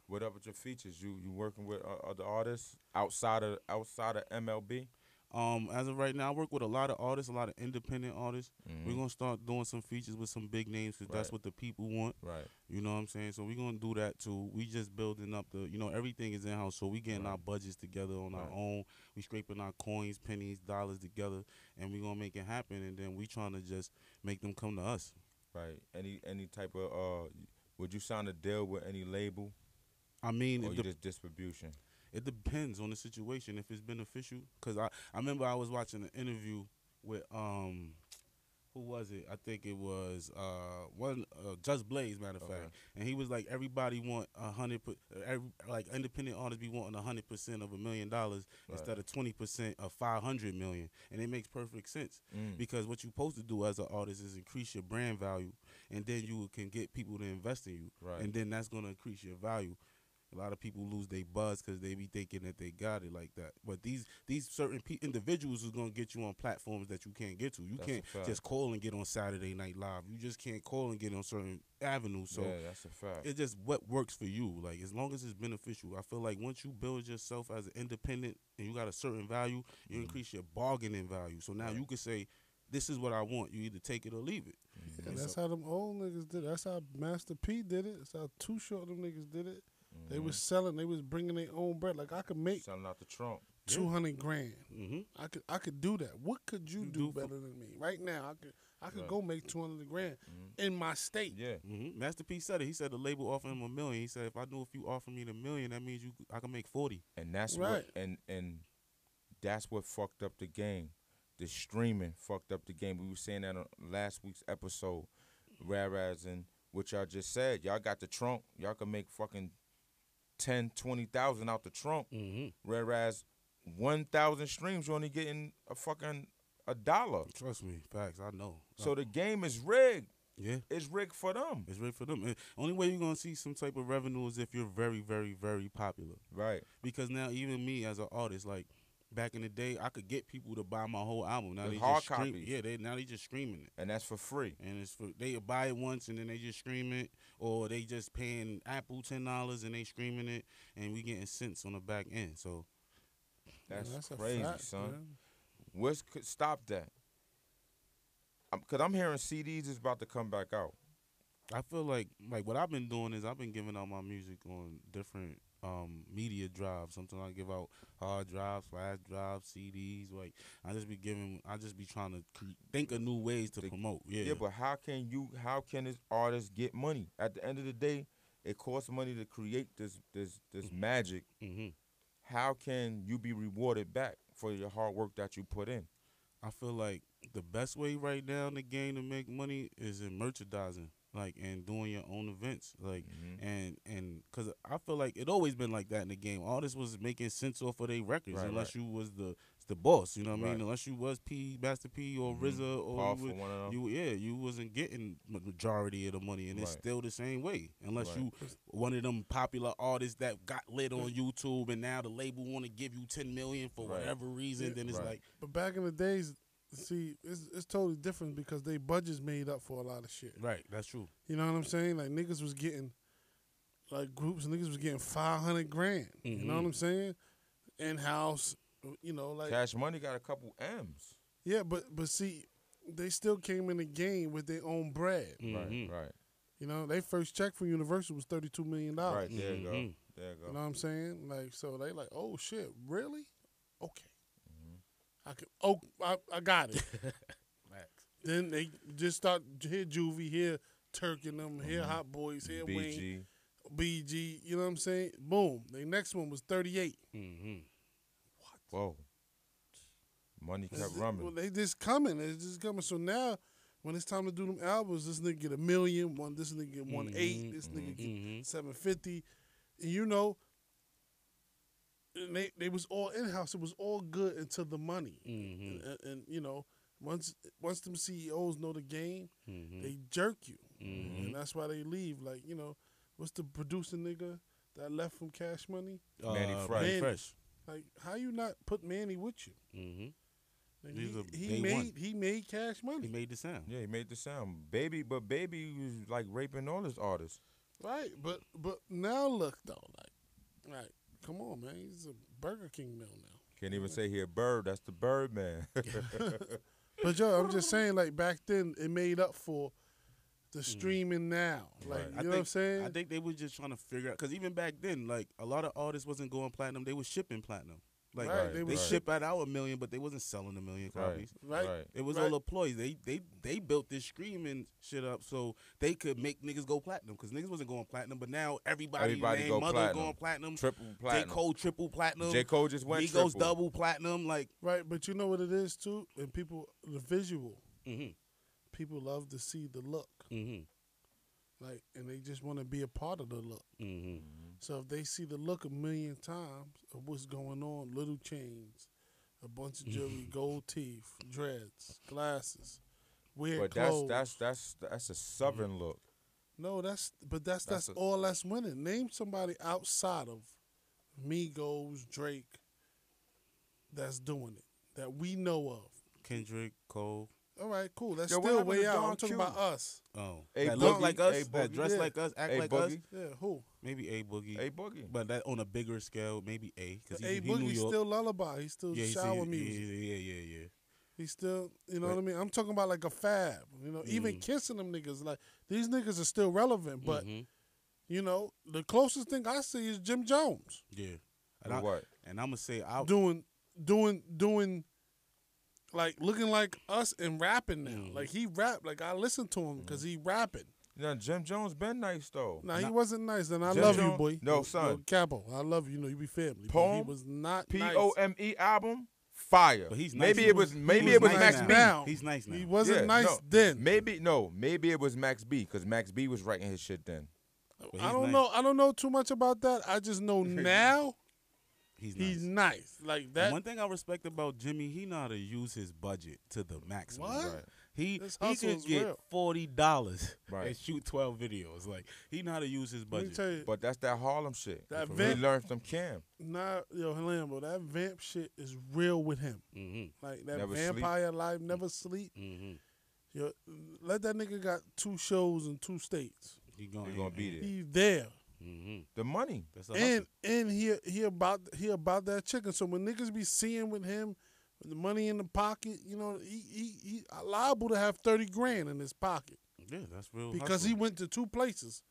Speaker 1: what up with your features? You you working with uh, other artists outside of outside of MLB?
Speaker 2: Um, as of right now, I work with a lot of artists, a lot of independent artists. We're gonna start doing some features with some big names because that's
Speaker 1: Mm. Right.
Speaker 2: what the people want.
Speaker 1: right.
Speaker 2: You know what I'm saying? So we're gonna do that too. We just building up the, you know, everything is in house. So we getting
Speaker 1: Right.
Speaker 2: our budgets together on our
Speaker 1: Right.
Speaker 2: own. We scraping our coins, pennies, dollars together, and we gonna make it happen. And then we trying to just make them come to us.
Speaker 1: Right. Any any type of uh would you sign a deal with any label
Speaker 2: I mean,
Speaker 1: or
Speaker 2: it,
Speaker 1: you
Speaker 2: de-
Speaker 1: just distribution?
Speaker 2: it depends on the situation if it's beneficial. Cause I, I remember I was watching an interview with um, who was it? I think it was uh one uh, Just Blaze, matter of fact.
Speaker 1: Okay.
Speaker 2: and he was like everybody want a hundred per- every, like independent artists be wanting a hundred percent of a million dollars
Speaker 1: Right.
Speaker 2: instead of twenty percent of five hundred million, and it makes perfect sense
Speaker 1: Mm.
Speaker 2: because what you're supposed to do as an artist is increase your brand value, and then you can get people to invest in you,
Speaker 1: Right.
Speaker 2: and then that's gonna increase your value. A lot of people lose their buzz because they be thinking that they got it like that. But these these certain pe- individuals is gonna get you on platforms that you can't get to. You
Speaker 1: That's a
Speaker 2: can't
Speaker 1: fact.
Speaker 2: just call and get on Saturday Night Live. You just can't call and get on certain avenues. So
Speaker 1: yeah, that's a fact.
Speaker 2: it's just what works for you. Like as long as it's beneficial, I feel like once you build yourself as an independent and you got a certain value, you
Speaker 1: Mhm.
Speaker 2: increase your bargaining value. So now
Speaker 1: Right.
Speaker 2: you can say, "This is what I want." You either take it or leave it.
Speaker 1: Mhm.
Speaker 3: And
Speaker 2: Yeah,
Speaker 3: that's
Speaker 2: so-
Speaker 3: how them old niggas did. it. That's how Master P did it. That's how Too Short them niggas did it. They
Speaker 2: Mm-hmm.
Speaker 1: Mhm.
Speaker 3: was selling. They was bringing their own bread. Like I could make
Speaker 1: selling out the trunk.
Speaker 2: Yeah.
Speaker 3: two hundred grand.
Speaker 1: Mm-hmm.
Speaker 2: hmm
Speaker 3: I could I could do that. What could you,
Speaker 2: You
Speaker 3: do,
Speaker 2: do for-
Speaker 3: better than me right now? I could I could
Speaker 1: Right.
Speaker 3: go make two hundred grand
Speaker 1: Mhm.
Speaker 3: in my state.
Speaker 1: Yeah.
Speaker 2: hmm Master P said it. He said the label offered him a million. He said, "If I knew if you offer me the million, that means you I can make 40.
Speaker 1: and that's what
Speaker 3: Right.
Speaker 1: and and that's what fucked up the game. The streaming fucked up the game. We were saying that on last week's episode, whereas and what y'all just said, y'all got the trunk, y'all can make fucking 10, 20,000 out the trunk,
Speaker 2: Mm-hmm.
Speaker 1: whereas one thousand streams you're only getting a fucking a dollar.
Speaker 2: Trust me, facts. I know.
Speaker 1: So
Speaker 2: Uh,
Speaker 1: the game is rigged.
Speaker 2: yeah.
Speaker 1: It's rigged for them.
Speaker 2: It's ready for them. And only way you're gonna see some type of revenue is if you're very, very, very popular.
Speaker 1: Right.
Speaker 2: because now even me as an artist, like back in the day, I could get people to buy my whole album. Now
Speaker 1: The
Speaker 2: they
Speaker 1: hard
Speaker 2: just scream,
Speaker 1: copies.
Speaker 2: yeah, they now they just screaming it,
Speaker 1: And that's for free.
Speaker 2: and it's for they buy it once and then they just scream it, or they just paying Apple ten dollars and they screaming it, and we getting cents on the back end. So
Speaker 3: Yeah,
Speaker 1: That's,
Speaker 3: a
Speaker 1: crazy,
Speaker 3: fact,
Speaker 1: son.
Speaker 3: man.
Speaker 1: What's could stop that? I'm, Cause I'm hearing CDs is about to come back out.
Speaker 2: I feel like like what I've been doing is I've been giving out my music on different um media drives. Sometimes I give out hard drives, flash drives, CDs. Like I just be giving. I just be trying to cre- think of new ways to
Speaker 1: Think-
Speaker 2: promote. Yeah.
Speaker 1: Yeah. but how can you? How can this artist get money? At the end of the day, it costs money to create this this this magic.
Speaker 2: hmm
Speaker 1: Mm-hmm. How can you be rewarded back for your hard work that you put in?
Speaker 2: I feel like the best way right now in the game to make money is in merchandising, like and doing your own events, like
Speaker 1: Mhm.
Speaker 2: and and because I feel like it always been like that in the game. Artists was making sense off of their records,
Speaker 1: Right,
Speaker 2: unless you was the the boss, you know what I
Speaker 1: Right.
Speaker 2: mean? Unless you was P Master P or
Speaker 1: Mhm.
Speaker 2: RZA or
Speaker 1: Paul
Speaker 2: Oh, you
Speaker 1: for
Speaker 2: was-
Speaker 1: one of them.
Speaker 2: you yeah you wasn't getting ma- majority of the money and it's
Speaker 1: Right.
Speaker 2: still the same way unless
Speaker 1: Right.
Speaker 2: you one of them popular artists that got lit on youtube and now the label want to give you 10 million for
Speaker 1: Right.
Speaker 2: whatever reason
Speaker 3: Yeah.
Speaker 2: then it's
Speaker 1: Right.
Speaker 2: like
Speaker 3: But back in the days, see, it's it's totally different because they budgets made up for a lot of shit.
Speaker 2: right that's true
Speaker 3: You know what I'm saying? Like niggas was getting, like groups, niggas was getting five hundred grand. You know what
Speaker 2: Mhm.
Speaker 3: I'm saying? In house, you know, like
Speaker 1: Cash Money got a couple M's.
Speaker 3: yeah, but but see, they still came in the game with their own bread.
Speaker 1: Mm.
Speaker 2: Mhm.
Speaker 1: Right,
Speaker 3: You know, they first check from Universal was thirty two million
Speaker 1: right,
Speaker 3: dollars.
Speaker 1: right. There you go.
Speaker 2: Mhm.
Speaker 1: There you go.
Speaker 3: You know what I'm saying? Like, so they like, oh shit, really? Okay,
Speaker 1: Mm-hmm.
Speaker 3: I could. Oh, I, I got
Speaker 1: *laughs*
Speaker 3: it. then they just start here juvie, here Turk and them, here
Speaker 1: Mhm.
Speaker 3: Hot Boys, here Wing,
Speaker 1: BG.
Speaker 3: BG. You know what I'm saying? Boom. The next one was 38.
Speaker 2: Mhm.
Speaker 1: Whoa. Money kept
Speaker 3: It's- Well,
Speaker 1: rumbling.
Speaker 3: they just coming. It's just coming. So now, when it's time to do them albums, this nigga get a million. One, this nigga get one eight.
Speaker 2: Mhm.
Speaker 3: This
Speaker 1: Mhm.
Speaker 3: nigga get
Speaker 2: Mhm.
Speaker 3: seven fifty. And you know, and they they was all in house. It was all good until the money,
Speaker 2: Mhm.
Speaker 3: and, and you know, once once them CEOs know the game,
Speaker 2: Mhm.
Speaker 3: they jerk you,
Speaker 2: Mhm.
Speaker 3: and that's why they leave. Like you know, what's the producer nigga that left from Cash Money?
Speaker 1: Manny
Speaker 2: Uh,
Speaker 1: Fresh.
Speaker 2: Manny
Speaker 3: Manny.
Speaker 2: Fresh.
Speaker 3: Like how you not put Manny with you?
Speaker 2: Mhm.
Speaker 3: Like,
Speaker 2: He's a
Speaker 3: he,
Speaker 2: day
Speaker 3: he made
Speaker 2: one.
Speaker 3: he made Cash Money,
Speaker 2: He made the sound.
Speaker 1: Yeah, he made the sound. Baby, but Baby was like raping all his artists.
Speaker 3: right? But but now look though, like like come on man, he's a Burger King mill now.
Speaker 1: Can't
Speaker 2: Mm-hmm.
Speaker 1: even say he a bird. That's the
Speaker 2: *laughs*
Speaker 1: bird man.
Speaker 3: But yo, I'm just saying, like back then, it made up for the streaming now. Like
Speaker 1: Right.
Speaker 3: you
Speaker 2: I
Speaker 3: know what I'm saying?
Speaker 2: I think they were just trying to figure out because even back then, like a lot of artists wasn't going platinum. They was shipping platinum. Like
Speaker 3: Right,
Speaker 1: Right,
Speaker 3: they
Speaker 2: they
Speaker 3: was
Speaker 1: right.
Speaker 2: ship out our million, but they wasn't selling a million
Speaker 1: *laughs* Right.
Speaker 2: copies.
Speaker 3: right.
Speaker 2: It was
Speaker 3: Right.
Speaker 2: all employees. They they they built this streaming shit up so they could make niggas go platinum because niggas wasn't going platinum. But now everybody,
Speaker 1: Everybody
Speaker 2: man,
Speaker 1: go
Speaker 2: mother
Speaker 1: platinum.
Speaker 2: going platinum.
Speaker 1: Triple
Speaker 2: J
Speaker 1: platinum.
Speaker 2: Cole triple platinum.
Speaker 1: J. Cole just went
Speaker 2: Migos
Speaker 1: triple.
Speaker 2: double platinum. Like
Speaker 3: Right, but you know what it is too, and people the visual.
Speaker 2: mhm,
Speaker 3: People love to see the look,
Speaker 2: mhm,
Speaker 3: like, and they just want to be a part of the look.
Speaker 2: mhm,
Speaker 3: So if they see the look a million times of what's going on, little chains, a bunch of jewelry, gold teeth, dreads, glasses, weird
Speaker 1: But that's
Speaker 3: clothes.
Speaker 1: that's that's that's a southern look.
Speaker 3: No, that's but that's
Speaker 1: That's
Speaker 3: that's,
Speaker 1: a-
Speaker 3: all that's winning. Name somebody outside of Migos, Drake, that's doing it that we know of.
Speaker 2: Kendrick Cole.
Speaker 3: All right, cool. That's
Speaker 1: Yo, what
Speaker 3: still
Speaker 1: happened
Speaker 3: way
Speaker 1: to
Speaker 3: out. I'm
Speaker 1: Don
Speaker 3: talking
Speaker 1: Q?
Speaker 3: about us.
Speaker 2: Oh,
Speaker 1: A
Speaker 2: that look
Speaker 1: Boogie,
Speaker 2: like us, that
Speaker 1: A Boogie,
Speaker 2: dress
Speaker 3: yeah.
Speaker 2: like us, act
Speaker 1: A
Speaker 2: like us.
Speaker 1: boogie,
Speaker 3: Yeah, who?
Speaker 2: Maybe a boogie,
Speaker 1: a boogie.
Speaker 2: but that on a bigger scale. Maybe a because
Speaker 3: A
Speaker 2: he, he New
Speaker 3: Boogie's
Speaker 2: York.
Speaker 3: still lullaby. He's still
Speaker 2: yeah, he-
Speaker 3: shower
Speaker 2: he-
Speaker 3: music.
Speaker 2: Yeah, yeah, yeah, yeah.
Speaker 3: He's still, you know
Speaker 2: Right.
Speaker 3: what I mean. I'm talking about like a fab. You know, even
Speaker 2: Mm.
Speaker 3: kissing them niggas. Like these niggas are still relevant. But
Speaker 2: Mhm,
Speaker 3: you know, the closest thing I see is Jim Jones
Speaker 2: yeah, and,
Speaker 1: But
Speaker 2: I,
Speaker 1: what?
Speaker 2: and I'm gonna say I
Speaker 3: doing, doing, doing. Like looking like us and rapping now.
Speaker 1: Mm.
Speaker 2: Mhm.
Speaker 3: Like he rap. Like I listen to him because he rapping.
Speaker 1: Now Jim Jones been nice though.
Speaker 3: Now he
Speaker 2: Nah.
Speaker 3: wasn't nice, and I
Speaker 1: Jim
Speaker 3: love you,
Speaker 1: Jones-
Speaker 3: boy.
Speaker 1: No,
Speaker 3: Yo,
Speaker 1: son.
Speaker 3: yo, Capo, I love you. You know you be family. but he
Speaker 1: Poem,
Speaker 3: was not
Speaker 1: P
Speaker 3: nice.
Speaker 1: O M E album fire.
Speaker 2: But he's nice.
Speaker 1: maybe
Speaker 2: He
Speaker 1: it was
Speaker 2: was-
Speaker 1: maybe
Speaker 3: he
Speaker 1: it was
Speaker 3: was
Speaker 1: Max
Speaker 3: nice
Speaker 1: B.
Speaker 3: now.
Speaker 2: He's nice now.
Speaker 3: He wasn't
Speaker 1: Yeah,
Speaker 3: nice
Speaker 1: no.
Speaker 3: then.
Speaker 1: Maybe no, maybe it was Max B because Max B was writing his shit then.
Speaker 2: But
Speaker 3: I
Speaker 2: he's
Speaker 3: don't
Speaker 2: nice.
Speaker 3: know. I don't know too much about that. I
Speaker 1: *laughs*
Speaker 3: just know now
Speaker 2: He's nice.
Speaker 3: he's nice. Like that.
Speaker 2: One thing I respect about Jimmy, he know how to use his budget to the maximum.
Speaker 3: What?
Speaker 1: Right.
Speaker 2: He
Speaker 3: This
Speaker 2: he
Speaker 3: hustle
Speaker 2: could
Speaker 3: is
Speaker 2: get
Speaker 3: real.
Speaker 2: forty dollars *laughs*
Speaker 1: Right.
Speaker 2: and shoot twelve videos. Like he know how to use his
Speaker 3: let me
Speaker 2: budget.
Speaker 3: tell you,
Speaker 1: But that's that Harlem shit.
Speaker 3: That
Speaker 1: he
Speaker 3: vent-
Speaker 1: learned from Cam.
Speaker 3: nah, yo, Lambo, that vamp shit is real with him.
Speaker 2: Mm-hmm.
Speaker 3: Like that
Speaker 1: Never sleep.
Speaker 3: vampire life, never sleep.
Speaker 2: Mm-hmm.
Speaker 3: Yo, let that nigga got two shows in two states.
Speaker 2: He gonna,
Speaker 1: You're gonna beat it.
Speaker 3: He's there.
Speaker 2: Mm-hmm.
Speaker 1: The money.
Speaker 2: That's a
Speaker 3: and
Speaker 2: hustle.
Speaker 3: and he he about he about that chicken. So when niggas be seeing with him, with the money in the pocket, you know, he he, he liable to have thirty grand in his pocket.
Speaker 2: Yeah, that's real.
Speaker 3: because he went to two places: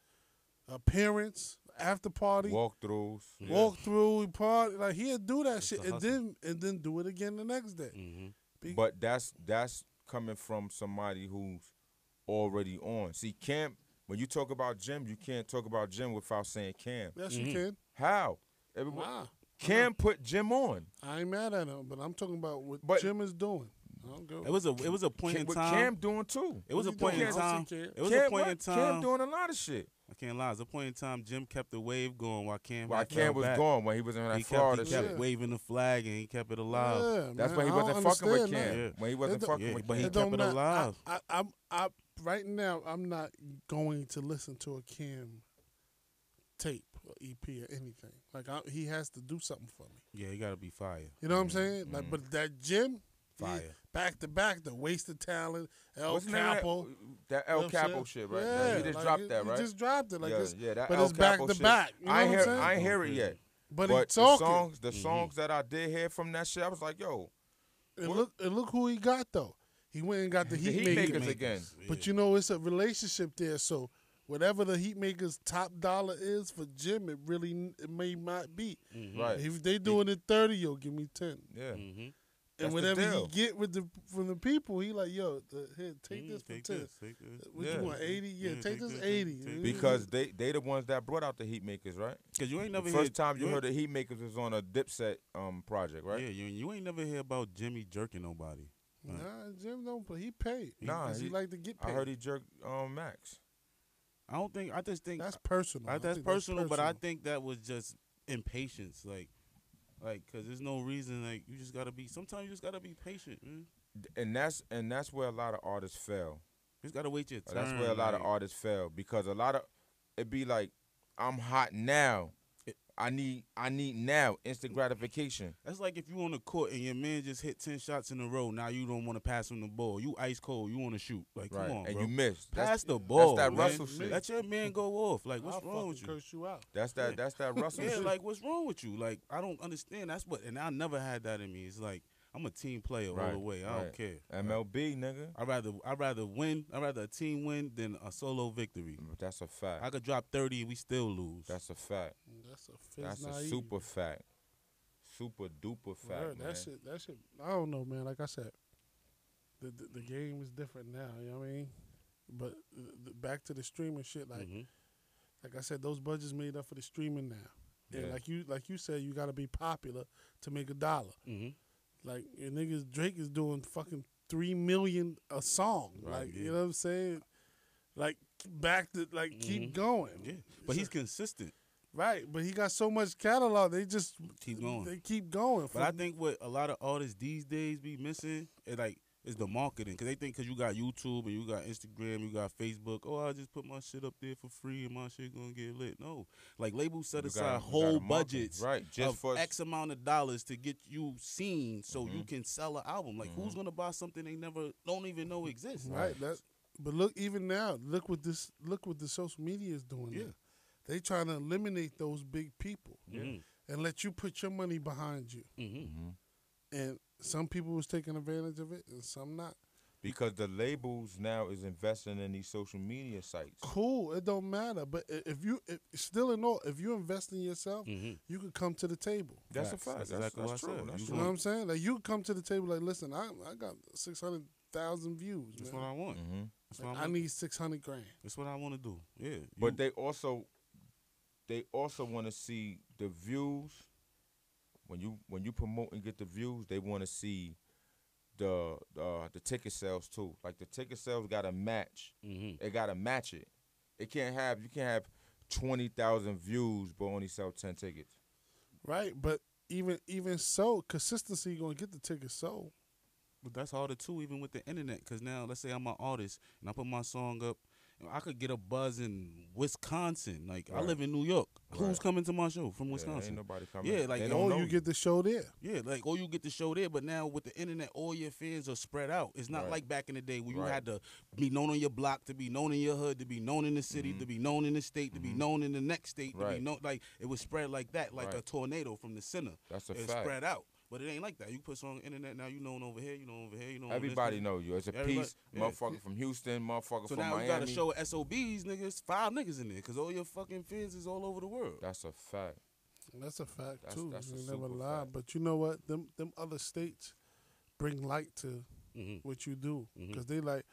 Speaker 3: appearance, after party,
Speaker 1: Walkthroughs.
Speaker 2: Yeah.
Speaker 3: walk through, party. Like he'd do that
Speaker 2: It's
Speaker 3: shit,
Speaker 2: the
Speaker 3: and
Speaker 2: hustle.
Speaker 3: then and then do it again the next day.
Speaker 2: hmm
Speaker 3: Be-
Speaker 1: But that's that's coming from somebody who's already on. See, Cam, when you talk about Jim, you can't talk about Jim without saying Cam.
Speaker 3: yes,
Speaker 2: Mhm.
Speaker 3: you can.
Speaker 1: How? Everyone,
Speaker 3: Nah,
Speaker 1: Cam put Jim on.
Speaker 3: I ain't mad at him, but I'm talking about what
Speaker 1: But-
Speaker 3: Jim is doing. I don't go.
Speaker 2: It was a it was a point
Speaker 1: Cam,
Speaker 2: in
Speaker 1: what
Speaker 2: time.
Speaker 1: Cam doing too.
Speaker 2: it was a
Speaker 3: What he
Speaker 2: point in
Speaker 3: doing? I
Speaker 2: time.
Speaker 3: don't see Cam.
Speaker 2: It was
Speaker 1: Cam,
Speaker 2: a point
Speaker 1: what?
Speaker 2: in
Speaker 1: Cam
Speaker 2: time.
Speaker 1: doing a lot of shit.
Speaker 2: I can't lie. It was a point in time. Jim kept the wave going while Cam
Speaker 1: While
Speaker 2: had
Speaker 1: Cam
Speaker 2: fell
Speaker 1: was
Speaker 2: back.
Speaker 1: gone when he was in that
Speaker 2: He kept,
Speaker 1: Florida
Speaker 2: he
Speaker 1: shit.
Speaker 3: Yeah.
Speaker 2: kept waving the flag and he kept it alive.
Speaker 3: Yeah,
Speaker 1: That's
Speaker 3: man,
Speaker 1: when he
Speaker 3: I
Speaker 1: wasn't
Speaker 3: don't
Speaker 1: fucking with
Speaker 3: understand
Speaker 1: Cam.
Speaker 2: that.
Speaker 1: When he wasn't
Speaker 3: don't-
Speaker 1: fucking
Speaker 2: Yeah,
Speaker 1: with
Speaker 2: but he
Speaker 1: Cam.
Speaker 3: It don't
Speaker 2: kept it
Speaker 3: matter.
Speaker 2: alive.
Speaker 3: I, I, I'm I right now. I'm not going to listen to a Cam tape or EP or anything. Like I, he has to do something for me.
Speaker 2: Yeah, he gotta be fire.
Speaker 3: You know what I'm saying? Like,
Speaker 1: mm.
Speaker 3: but that Jim, he-
Speaker 2: Fire.
Speaker 3: back to back, the wasted talent, El
Speaker 1: What's the name of that-
Speaker 3: Capo.
Speaker 1: That
Speaker 3: you know
Speaker 1: El
Speaker 3: what I'm
Speaker 1: Capo
Speaker 3: saying?
Speaker 1: shit, right?
Speaker 3: Yeah,
Speaker 1: now. He just
Speaker 3: like,
Speaker 1: dropped
Speaker 3: it-
Speaker 1: that,
Speaker 3: He
Speaker 1: right?
Speaker 3: just dropped it. Like
Speaker 1: yeah,
Speaker 3: this,
Speaker 1: yeah, that
Speaker 3: but
Speaker 1: El
Speaker 3: it's back
Speaker 1: Capo
Speaker 3: to
Speaker 1: shit.
Speaker 3: back, you know
Speaker 1: I
Speaker 3: what I'm
Speaker 1: hear,
Speaker 3: saying? Mm-hmm.
Speaker 1: I ain't hear it yet.
Speaker 3: but,
Speaker 1: but
Speaker 3: it's talking. Mm-hmm.
Speaker 1: the songs, the
Speaker 2: Mhm.
Speaker 1: songs that I did hear from that shit, I was like, yo,
Speaker 3: and
Speaker 1: what-
Speaker 3: look, and look who he got though. He went and got the
Speaker 1: The
Speaker 3: Heat,
Speaker 1: Heat
Speaker 3: Makers.
Speaker 1: Makers again.
Speaker 3: But you know, it's a relationship there. So whatever the Heat Makers' top dollar is for Jim, it really n- it may not be.
Speaker 1: right,
Speaker 3: If they doing it thirty, yo, give me ten.
Speaker 1: yeah,
Speaker 2: Mm-hmm.
Speaker 1: That's
Speaker 3: And
Speaker 1: the
Speaker 3: whatever
Speaker 1: deal.
Speaker 3: he get with the from the people, he like, yo, the, here, take this for
Speaker 2: Mm-hmm. take
Speaker 3: ten.
Speaker 2: This, take this.
Speaker 3: What
Speaker 1: Yeah.
Speaker 3: you want, eighty? Yeah, take this eighty.
Speaker 2: take this.
Speaker 1: because they they the ones that brought out the Heat Makers, right?
Speaker 2: Cause you ain't never
Speaker 1: the
Speaker 2: hear,
Speaker 1: first time you
Speaker 2: ain't-
Speaker 1: heard the Heat Makers was on a Dipset um project, right?
Speaker 2: Yeah, you, you ain't never hear about Jimmy jerking nobody.
Speaker 3: Nah, Jim don't play. He paid.
Speaker 1: Nah,
Speaker 3: 'Cause he,
Speaker 1: he-
Speaker 3: like to get
Speaker 1: I
Speaker 3: paid.
Speaker 1: heard he jerked um Max.
Speaker 2: I don't think. I just think
Speaker 3: that's personal.
Speaker 2: I,
Speaker 3: I
Speaker 2: that's,
Speaker 3: think
Speaker 2: personal, but I think that was just impatience, like, like, cause there's no reason. Like, you just gotta be. Sometimes you just gotta be patient. Man.
Speaker 1: D- And that's and that's where a lot of artists fail.
Speaker 2: You just gotta wait your
Speaker 1: Uh,
Speaker 2: turn.
Speaker 1: That's where a
Speaker 3: Mm.
Speaker 1: lot of
Speaker 2: like,
Speaker 1: artists fail because a lot of it be like, I'm hot now.
Speaker 2: It-
Speaker 1: I need I need now instant gratification.
Speaker 2: That's like if you on the court and your man just hit ten shots in a row. Now you don't want to pass him the ball. You ice cold. You want to shoot. Like,
Speaker 1: right.
Speaker 2: come on,
Speaker 1: and
Speaker 2: bro.
Speaker 1: you missed. That's
Speaker 2: Pass the ball.
Speaker 1: that
Speaker 2: man.
Speaker 1: Russell shit.
Speaker 2: Let your man go off. Like, what's
Speaker 3: I'll
Speaker 2: wrong with you?
Speaker 3: fucking Curse you out.
Speaker 1: that's that that's
Speaker 2: *laughs*
Speaker 1: that Russell
Speaker 2: yeah,
Speaker 1: shit.
Speaker 2: like what's wrong with you? Like I don't understand. That's what, and I never had that in me. It's like I'm a team player all
Speaker 1: Right,
Speaker 2: the way. I
Speaker 1: right.
Speaker 2: don't care.
Speaker 1: MLB nigga.
Speaker 2: I rather I rather win. I rather a team win than a solo victory.
Speaker 1: That's a
Speaker 2: I
Speaker 1: fact.
Speaker 2: could drop thirty, we still lose.
Speaker 1: That's a fact.
Speaker 3: That's a fizz
Speaker 1: That's a
Speaker 3: naive.
Speaker 1: super fact. Super duper fact,
Speaker 3: Word,
Speaker 1: man.
Speaker 3: That shit, that shit. I don't know, man. Like I said, the the, the game is different now. You know what I mean? But the, the- back to the streaming shit. Like
Speaker 2: Mhm.
Speaker 3: like I said, those budgets made up for the streaming now. And
Speaker 1: Yeah.
Speaker 3: like you like you said, you got to be popular to make a dollar.
Speaker 2: Mhm.
Speaker 3: Like your niggas, Drake is doing fucking three million a song.
Speaker 2: Right,
Speaker 3: like
Speaker 2: yeah.
Speaker 3: you know what I'm saying? Like back to like keep
Speaker 2: Mhm.
Speaker 3: going.
Speaker 2: Yeah, but he's consistent.
Speaker 3: right, but he got so much catalog. They just
Speaker 2: Keep going.
Speaker 3: They keep going.
Speaker 2: But I think what a lot of artists these days be missing, it like is the marketing because they think because you got YouTube and you got Instagram, you got Facebook. Oh, I just put my shit up there for free and my shit gonna get lit. No, like labels set
Speaker 1: You
Speaker 2: aside
Speaker 1: gotta- you
Speaker 2: whole
Speaker 1: gotta market,
Speaker 2: budgets
Speaker 1: right? Just
Speaker 2: of
Speaker 1: for
Speaker 2: X amount of dollars to get you seen so you
Speaker 1: Mhm.
Speaker 2: can sell an album. Like who's
Speaker 1: Mhm.
Speaker 2: gonna buy something they never don't even know exists?
Speaker 3: Right. That, but look, even now, look what this look what the social media is doing.
Speaker 2: Yeah.
Speaker 3: now. They trying to eliminate those big people
Speaker 2: Mhm.
Speaker 3: and let you put your money behind you.
Speaker 2: Mhm.
Speaker 1: Mhm.
Speaker 3: And some people was taking advantage of it, and some not.
Speaker 1: because the labels now is investing in these social media sites.
Speaker 3: Cool, it don't matter. But i- if you if, still in all, if you invest in yourself,
Speaker 2: Mhm.
Speaker 3: you could come to the table.
Speaker 1: That's
Speaker 2: Facts.
Speaker 1: a fact.
Speaker 2: That's
Speaker 1: That's,
Speaker 2: exactly
Speaker 1: that's
Speaker 2: what I
Speaker 1: true.
Speaker 2: said.
Speaker 1: That's
Speaker 2: You
Speaker 3: You
Speaker 1: true.
Speaker 3: know what
Speaker 2: want-
Speaker 3: I'm saying? Like you could come to the table. Like, listen, I I got six hundred thousand views.
Speaker 2: That's
Speaker 3: man.
Speaker 2: what I want.
Speaker 1: hmm
Speaker 2: That's
Speaker 3: Like,
Speaker 2: what I
Speaker 3: I
Speaker 2: want.
Speaker 3: need six hundred grand.
Speaker 2: That's what I want to do. Yeah,
Speaker 1: But
Speaker 2: you-
Speaker 1: they also, they also want to see the views. When you when you promote and get the views, they want to see the uh, the ticket sales too. Like the ticket sales got to match.
Speaker 2: Mhm.
Speaker 1: It got to match it. It can't have you can't have twenty thousand views but only sell ten tickets.
Speaker 3: Right, but even even so, consistency gonna get the ticket sold.
Speaker 2: But that's harder too, even with the internet. Cause now, let's say I'm an artist and I put my song up, and I could get a buzz in Wisconsin. Like I
Speaker 1: Right.
Speaker 2: live in New York. Who's
Speaker 1: Right.
Speaker 2: coming to my show from
Speaker 1: Yeah, ain't
Speaker 2: Wisconsin?
Speaker 1: nobody coming.
Speaker 2: Yeah, like,
Speaker 1: They
Speaker 2: It
Speaker 1: don't
Speaker 3: Or
Speaker 1: know
Speaker 3: you get the show there.
Speaker 2: yeah, like or you get the show there. But now with the internet, all your fans are spread out. It's not
Speaker 1: Right.
Speaker 2: like back in the day where you
Speaker 1: Right.
Speaker 2: had to be known on your block, to be known in your hood, to be known in the city, to be known in the state, to be known in the next state, to be
Speaker 1: Mm-hmm. Right.
Speaker 2: known. Like it was spread like that, like
Speaker 1: Right.
Speaker 2: a tornado from the center.
Speaker 1: That's a
Speaker 2: It's
Speaker 1: fact.
Speaker 2: spread out. But it ain't like that. You put song on the internet now. You known over here. You know over here. You know. on this
Speaker 1: Everybody
Speaker 2: page.
Speaker 1: know you. It's a
Speaker 2: Everybody-
Speaker 1: piece,
Speaker 2: yeah.
Speaker 1: motherfucker from Houston, motherfucker
Speaker 2: So
Speaker 1: from
Speaker 2: now
Speaker 1: Miami.
Speaker 2: you got a show at SOBs, niggas. Five niggas in there, cause all your fucking fans is all over the world.
Speaker 1: That's a fact.
Speaker 3: That's a fact
Speaker 1: That's-
Speaker 3: too.
Speaker 1: that's a
Speaker 3: you never
Speaker 1: super
Speaker 3: lie.
Speaker 1: fact.
Speaker 3: But you know what? Them them other states bring light to
Speaker 2: Mm-hmm.
Speaker 3: what you do
Speaker 2: Mhm.
Speaker 3: because they like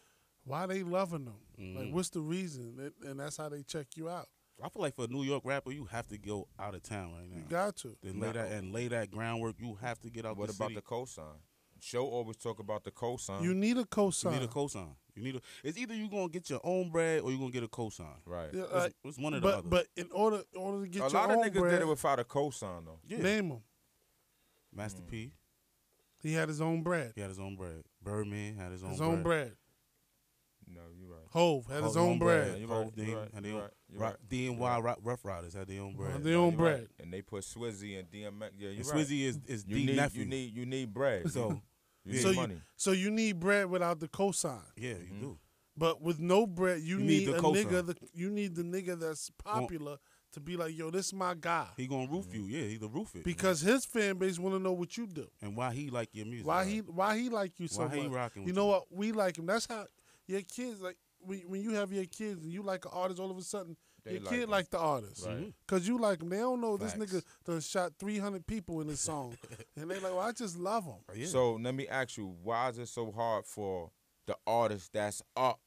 Speaker 3: why they loving them. Like
Speaker 2: Mhm.
Speaker 3: what's the reason? And- and that's how they check you out.
Speaker 2: I feel like for a New York rapper, you have to go out of town right now.
Speaker 3: You got to.
Speaker 2: then lay that
Speaker 1: Nah.
Speaker 2: and lay that groundwork. You have to get out.
Speaker 1: What
Speaker 2: the
Speaker 1: about
Speaker 2: city.
Speaker 1: the cosign? Show always talk about the cosign.
Speaker 3: You need a
Speaker 2: You
Speaker 3: cosign.
Speaker 2: need a cosign. You need a. It's either you gonna get your own bread or you gonna get a cosign.
Speaker 1: right.
Speaker 3: Yeah,
Speaker 2: It's,
Speaker 3: like,
Speaker 2: it's one of the
Speaker 3: Uh, but
Speaker 2: other.
Speaker 3: but in order in order to get
Speaker 1: A
Speaker 3: your
Speaker 1: lot of
Speaker 3: own
Speaker 1: niggas
Speaker 3: bread,
Speaker 1: did it without a cosign though.
Speaker 2: yeah,
Speaker 3: name him.
Speaker 2: Master P,
Speaker 3: He had his own bread.
Speaker 2: he had his own bread. Birdman had his own
Speaker 3: his
Speaker 2: bread.
Speaker 3: own bread.
Speaker 1: No, you're right.
Speaker 3: Hove had
Speaker 2: Hov
Speaker 3: his own bread.
Speaker 1: Yeah, you
Speaker 2: Hov
Speaker 1: right,
Speaker 2: Dean
Speaker 1: you right,
Speaker 2: had
Speaker 1: you
Speaker 2: their own.
Speaker 1: right, you
Speaker 2: Rock,
Speaker 1: right,
Speaker 2: DNY
Speaker 1: right.
Speaker 2: Rock, Rough Riders had their own bread.
Speaker 3: Had their own
Speaker 1: you
Speaker 3: bread.
Speaker 1: right. And they put Swizzy and DMX. Yeah, you
Speaker 2: and
Speaker 1: right.
Speaker 2: Swizzy is is
Speaker 1: you
Speaker 2: the
Speaker 1: need,
Speaker 2: nephew.
Speaker 1: You need you need
Speaker 2: *laughs*
Speaker 1: bread.
Speaker 2: so
Speaker 1: you need
Speaker 3: So you-
Speaker 1: money.
Speaker 3: So you need bread without the cosign.
Speaker 2: yeah,
Speaker 1: Mm-hmm.
Speaker 2: you do.
Speaker 3: But with no bread, you,
Speaker 2: You
Speaker 3: need,
Speaker 2: need the
Speaker 3: a
Speaker 2: cosign.
Speaker 3: nigga. The, you need the nigga that's popular to be like, yo, this my guy,
Speaker 2: He gonna roof
Speaker 1: Mm-hmm.
Speaker 2: you. Yeah, he the roof it.
Speaker 3: because his fan base want to know what you do.
Speaker 2: and why he like your music?
Speaker 3: Why
Speaker 2: right?
Speaker 3: he why he like you so
Speaker 2: Why he
Speaker 3: much?
Speaker 2: rocking
Speaker 3: you
Speaker 2: with
Speaker 3: know
Speaker 2: you?
Speaker 3: what? We like him. That's how your kids like. When, when you have your kids and you like an artist, all of a sudden
Speaker 1: They
Speaker 3: your
Speaker 1: like
Speaker 3: kid
Speaker 1: him.
Speaker 3: like the artist,
Speaker 2: Mm-hmm.
Speaker 1: Right.
Speaker 3: cause you like him. They don't know this
Speaker 1: Facts.
Speaker 3: nigga done shot three hundred people in his song,
Speaker 1: *laughs*
Speaker 3: and they like, well, I just love him.
Speaker 2: Oh, yeah.
Speaker 1: So let me ask you, why is it so hard for the artist that's up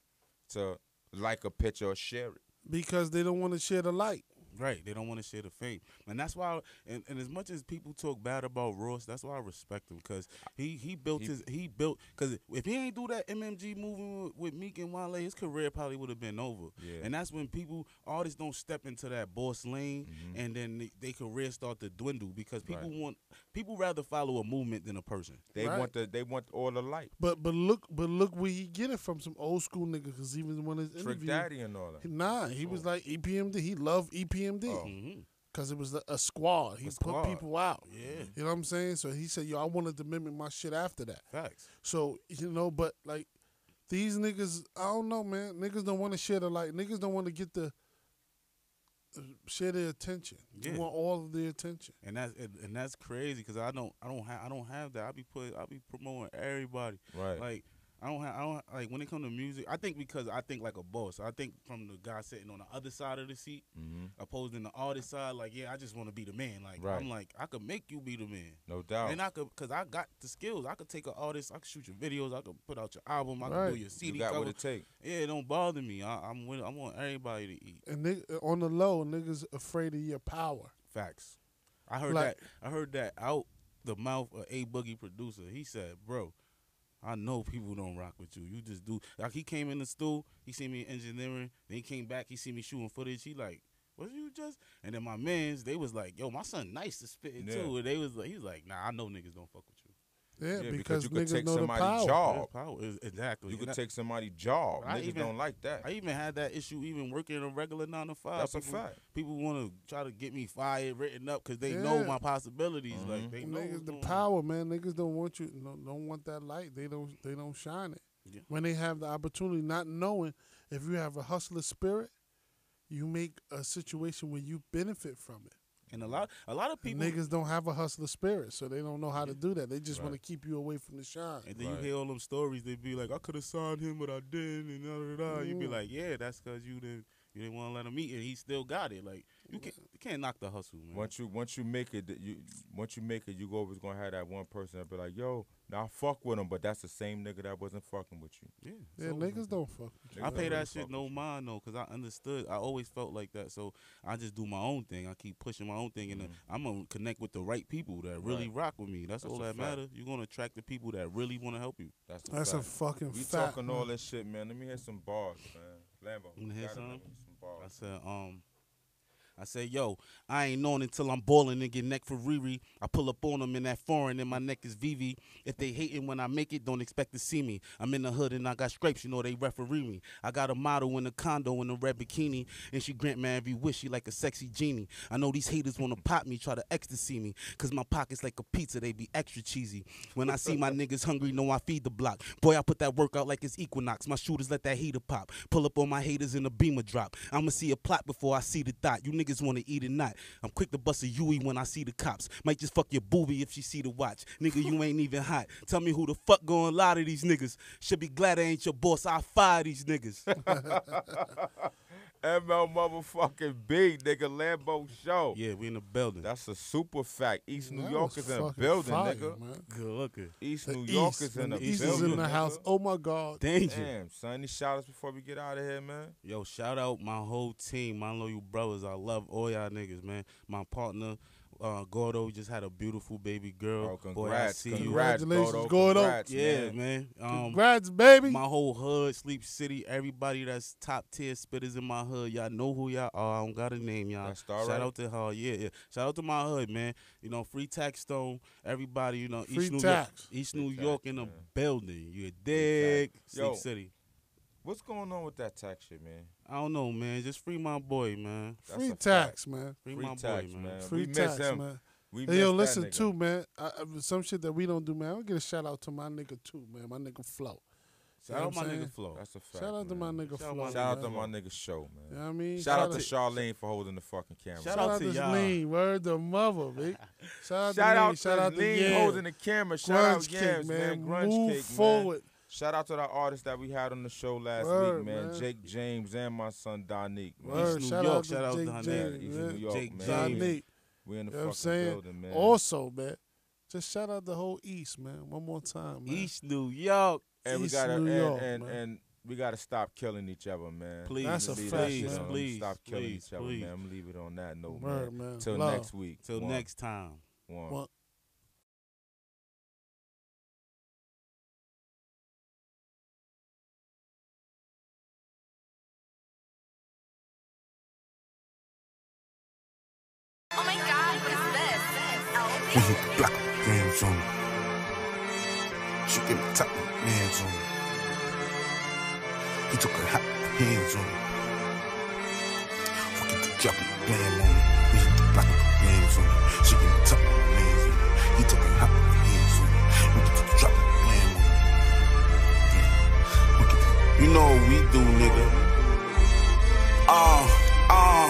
Speaker 1: to like a picture or share it?
Speaker 3: because they don't want to share the light.
Speaker 2: Right. They don't want to share the fame. And that's why and, and as much as people talk bad about Ross, that's why I respect him because he he built
Speaker 1: He-
Speaker 2: his he built because if he ain't do that MMG moving with, with Meek and Wale, his career probably would have been over.
Speaker 1: Yeah.
Speaker 2: And that's when people artists don't step into that boss lane
Speaker 1: Mhm.
Speaker 2: and then they, they career start to dwindle because people
Speaker 1: Right.
Speaker 2: want people rather follow a movement than a person.
Speaker 1: They
Speaker 3: Right.
Speaker 1: want the they want all the light.
Speaker 3: But but look but look where he get it from some old school nigga because even when his
Speaker 1: Trick
Speaker 3: interview,
Speaker 1: Daddy and all that.
Speaker 3: nah, he was
Speaker 1: Oh.
Speaker 3: like E EPMD. He loved E EPMD
Speaker 2: Mm-hmm.
Speaker 3: because it was a, a squad.
Speaker 1: A
Speaker 3: He put
Speaker 1: squad.
Speaker 3: people out.
Speaker 2: Yeah.
Speaker 3: You know what I'm saying? So he said, "Yo, I wanted to mimic my shit after that."
Speaker 2: Facts.
Speaker 3: So you know, but like these niggas, I don't know, man. Niggas don't want to share the light. Niggas don't want to get the uh, share the attention.
Speaker 2: Yeah.
Speaker 3: You want all of the attention.
Speaker 2: And that's and, and that's crazy because I don't I don't have I don't have that. I be put I be promoting everybody.
Speaker 1: Right.
Speaker 2: Like I don't have I don't like when it comes to music. I think because I think like a boss. I think from the guy sitting on the other side of the seat,
Speaker 1: hmm
Speaker 2: opposed to the artist side. Like yeah, I just want to be the man. Like
Speaker 1: Right.
Speaker 2: I'm like I could make you be the man.
Speaker 1: No doubt.
Speaker 2: And I could, cause I got the skills. I could take an artist. I could shoot your videos. I could put out your album. I could
Speaker 3: Right.
Speaker 2: do your
Speaker 1: you
Speaker 2: CD
Speaker 1: got
Speaker 2: cover.
Speaker 1: what it take.
Speaker 2: yeah, it don't bother me. I, I'm with. I want everybody to eat.
Speaker 3: And nigg on the low, niggas afraid of your power.
Speaker 2: Facts. I heard
Speaker 3: Like-
Speaker 2: that. I heard that out the mouth of a boogie producer. He said, "Bro, I know people don't rock with you. You just do." Like he came in the stool. He seen me in engineering. Then he came back. He see me shooting footage. He like. Was you just? And then my mans, they was like, "Yo, my son, nice to spit it
Speaker 1: Yeah.
Speaker 2: too." And they was like, "He was like, nah, I know niggas don't fuck with you."
Speaker 3: Yeah,
Speaker 1: Yeah, because
Speaker 3: because,
Speaker 1: you could
Speaker 3: niggas
Speaker 1: take
Speaker 3: know the
Speaker 1: somebody's
Speaker 3: power.
Speaker 1: job. Oh.
Speaker 2: That's power. It's- exactly.
Speaker 1: You
Speaker 2: And
Speaker 1: could
Speaker 2: I-
Speaker 1: take somebody's job.
Speaker 2: I
Speaker 1: Niggas
Speaker 2: even-
Speaker 1: don't like that.
Speaker 2: I even had that issue even working a regular nine to five.
Speaker 1: That's a
Speaker 2: people,
Speaker 1: fact.
Speaker 2: People want to try to get me fired, written up because they know
Speaker 3: Yeah.
Speaker 2: my possibilities.
Speaker 1: Mhm.
Speaker 2: Like they know what's
Speaker 3: Niggas, the
Speaker 2: going on.
Speaker 3: power, man. Niggas don't want you. no- Don't want that light. They don't. They don't shine it
Speaker 2: Yeah.
Speaker 3: when they have the opportunity. Not knowing if you have a hustler spirit, you make a situation where you benefit from it.
Speaker 2: And a lot, a lot of people,
Speaker 3: Niggas don't have a hustler spirit, so they don't know how to do that. They just
Speaker 1: Right.
Speaker 3: want to keep you away from the shine.
Speaker 2: and then
Speaker 1: Right.
Speaker 2: you hear all them stories. They be like, "I could have signed him, but I didn't," and da da da. You be
Speaker 3: Mm.
Speaker 2: like, "Yeah, that's because you didn't, you didn't want to let him eat, and he still got it." Like you can't, you can't knock the hustle,
Speaker 3: Mm-hmm.
Speaker 2: man.
Speaker 1: Once you once you make it, that you once you make it, you always gonna have that one person that be like, "Yo, now fuck with him," but that's the same nigga that wasn't fucking with you.
Speaker 2: yeah,
Speaker 3: Yeah,
Speaker 2: so-
Speaker 3: niggas don't fuck. with you.
Speaker 1: Niggas
Speaker 2: I
Speaker 1: don't
Speaker 2: pay
Speaker 1: really
Speaker 2: that
Speaker 1: fuck
Speaker 2: shit no
Speaker 1: with you.
Speaker 2: mind though, cause I understood. I always felt like that, so I just do my own thing. I keep pushing my own thing, and
Speaker 1: Mhm.
Speaker 2: I'm gonna connect with the right people that really
Speaker 1: Right.
Speaker 2: rock with me. That's,
Speaker 1: That's
Speaker 2: all
Speaker 1: a
Speaker 2: that
Speaker 1: fact.
Speaker 2: matters. You're gonna attract the people that really want to help you.
Speaker 1: That's the
Speaker 3: That's a
Speaker 1: fact.
Speaker 3: fucking
Speaker 1: we
Speaker 3: fact.
Speaker 1: talking
Speaker 3: man.
Speaker 1: all this shit, man. Let me hear some bars, man. Lambo,
Speaker 2: Wanna hear
Speaker 1: gotta
Speaker 2: some?
Speaker 1: bring me some bars.
Speaker 2: I said, um, I said, yo, I ain't known until I'm balling and get neck for Riri. I pull up on them in that foreign and my neck is VV. If they hating when I make it, don't expect to see me. I'm in the hood and I got scrapes, you know they referee me. I got a model in a condo in a red bikini, and she grant my every wish, she like a sexy genie. I know these haters wanna pop me, try to ecstasy me, cause my pockets like a pizza, they be extra cheesy. When I see my niggas hungry, know I feed the block. Boy, I put that work out like it's equinox. My shooters let that heater pop. Pull up on my haters in a beamer drop. I'ma see a plot before I see the thought. You niggas niggas wanna eat or not. I'm quick to bust a Yui when I see the cops. Might just fuck your booby if she see the watch. Nigga, you ain't even hot. Tell me who the fuck gonna lie to these niggas. Should be glad I ain't your boss. I fire these niggas.
Speaker 1: ML motherfucking big nigga Lambo show.
Speaker 2: *laughs* yeah, we in the building.
Speaker 1: That's a super fact. East New
Speaker 3: That
Speaker 1: York
Speaker 3: was
Speaker 1: is in a
Speaker 3: fucking
Speaker 1: building,
Speaker 3: fire,
Speaker 1: nigga.
Speaker 3: man.
Speaker 2: good looking.
Speaker 1: East
Speaker 3: The
Speaker 1: New York
Speaker 3: East,
Speaker 1: is in
Speaker 3: man,
Speaker 1: a
Speaker 3: the East
Speaker 1: building.
Speaker 3: is in the house.
Speaker 1: nigga.
Speaker 3: Oh my God.
Speaker 2: Danger.
Speaker 1: Damn, son. These shout outs before we get out of here, man.
Speaker 2: Yo, shout out my whole team, my loyal brothers. I love all y'all niggas, man. My partner, uh, Gordo, just had a beautiful baby girl.
Speaker 1: Oh,
Speaker 2: Boy, I
Speaker 1: congrats.
Speaker 2: see
Speaker 1: Congrats,
Speaker 3: Congratulations,
Speaker 1: Gordo.
Speaker 3: Gordo.
Speaker 1: Congrats,
Speaker 2: you. Yeah,
Speaker 1: man.
Speaker 2: man. Um,
Speaker 3: Congrats, baby.
Speaker 2: my whole hood, Sleep City, everybody that's top tier spitters in my hood, y'all know who y'all are. I don't got a name, y'all.
Speaker 1: That's all
Speaker 2: Shout
Speaker 1: right.
Speaker 2: out to her, yeah, yeah. Shout out to my hood, man. You know, free tax stone, everybody. You know,
Speaker 3: Free
Speaker 2: East New
Speaker 3: tax.
Speaker 2: York, East New
Speaker 1: tax,
Speaker 2: York in the
Speaker 1: yeah.
Speaker 2: building. You dig?
Speaker 1: tax.
Speaker 2: Sleep
Speaker 1: Yo.
Speaker 2: City.
Speaker 1: What's going on with that tax shit, man?
Speaker 2: I don't know, man. Just free my boy, man.
Speaker 1: That's
Speaker 3: Free
Speaker 1: a
Speaker 3: tax, man.
Speaker 2: Free,
Speaker 1: Free
Speaker 2: my
Speaker 1: tax,
Speaker 2: boy, man.
Speaker 1: man.
Speaker 3: Free
Speaker 1: We miss
Speaker 3: tax,
Speaker 1: him.
Speaker 3: man.
Speaker 1: We
Speaker 3: Hey, yo,
Speaker 1: missed that
Speaker 3: listen
Speaker 1: nigga.
Speaker 3: too, man. I, I, some shit that we don't do, man. I will get a shout out to my nigga too, man. My nigga Flo.
Speaker 2: Shout
Speaker 3: You know
Speaker 2: out
Speaker 3: what
Speaker 2: my
Speaker 3: I'm
Speaker 2: nigga
Speaker 3: saying?
Speaker 2: Flo.
Speaker 1: That's a fact.
Speaker 3: Shout out to my
Speaker 1: man.
Speaker 3: nigga
Speaker 2: Shout out
Speaker 3: Flo.
Speaker 2: my
Speaker 1: Shout out
Speaker 2: nigga
Speaker 1: to my
Speaker 2: Flo.
Speaker 1: nigga Show, man.
Speaker 3: You know what I mean?
Speaker 1: Shout out to Charlene for holding the fucking camera.
Speaker 2: Shout
Speaker 3: Shout,
Speaker 2: out
Speaker 3: out
Speaker 2: to
Speaker 3: to
Speaker 2: y'all.
Speaker 3: Lean. Word the mother, big. Shout
Speaker 1: Shout
Speaker 3: out to
Speaker 1: out
Speaker 3: Lean. Shout out to
Speaker 1: Lean
Speaker 3: Yams.
Speaker 1: holding the camera. Shout
Speaker 3: Grunge
Speaker 1: out Yams,
Speaker 3: Kick,
Speaker 1: man. Grunge
Speaker 3: Move
Speaker 1: Kick, man.
Speaker 3: forward.
Speaker 1: Shout out to the artists that we had on the show last
Speaker 3: Word,
Speaker 1: week, man.
Speaker 3: man.
Speaker 1: Jake James and my son Donique. Man.
Speaker 2: Word.
Speaker 3: Word.
Speaker 2: New
Speaker 3: Shout
Speaker 2: York.
Speaker 3: out
Speaker 2: Shout out
Speaker 3: to Jake
Speaker 2: to
Speaker 1: Yeah,
Speaker 3: James,
Speaker 1: East
Speaker 3: man.
Speaker 1: New York,
Speaker 2: Jake
Speaker 1: man.
Speaker 2: James.
Speaker 1: We in-
Speaker 3: Dominique.
Speaker 1: We in the
Speaker 3: You know what I'm
Speaker 1: fucking
Speaker 3: saying?
Speaker 1: building, man.
Speaker 3: Also, man, just shout out the whole East, man. One more time, man.
Speaker 2: East New York.
Speaker 1: and we
Speaker 3: East
Speaker 1: gotta
Speaker 3: New
Speaker 1: and,
Speaker 3: York,
Speaker 1: and,
Speaker 3: man.
Speaker 1: and we gotta stop killing each other, man.
Speaker 2: Please,
Speaker 1: I'ma
Speaker 3: That's a
Speaker 1: leave
Speaker 3: fact,
Speaker 1: shit
Speaker 3: man.
Speaker 1: alone.
Speaker 2: Please,
Speaker 1: stop killing
Speaker 2: please,
Speaker 1: each other,
Speaker 2: please.
Speaker 1: man. I'm gonna leave it on that note,
Speaker 3: Word,
Speaker 1: man.
Speaker 3: man.
Speaker 1: Till
Speaker 3: Love.
Speaker 1: next week.
Speaker 2: Till
Speaker 1: One.
Speaker 2: next time.
Speaker 1: One.
Speaker 3: One.
Speaker 4: Oh my god, what is this?
Speaker 5: With a black bands on. She gave me top man's on. He took her hot hands on. We get the jockey band on. We hit the black bands on. She gave me top man's on. He took her hot hands on. We get the jockey band on. Yeah. We get the- You know what we do, nigga. Uh, uh,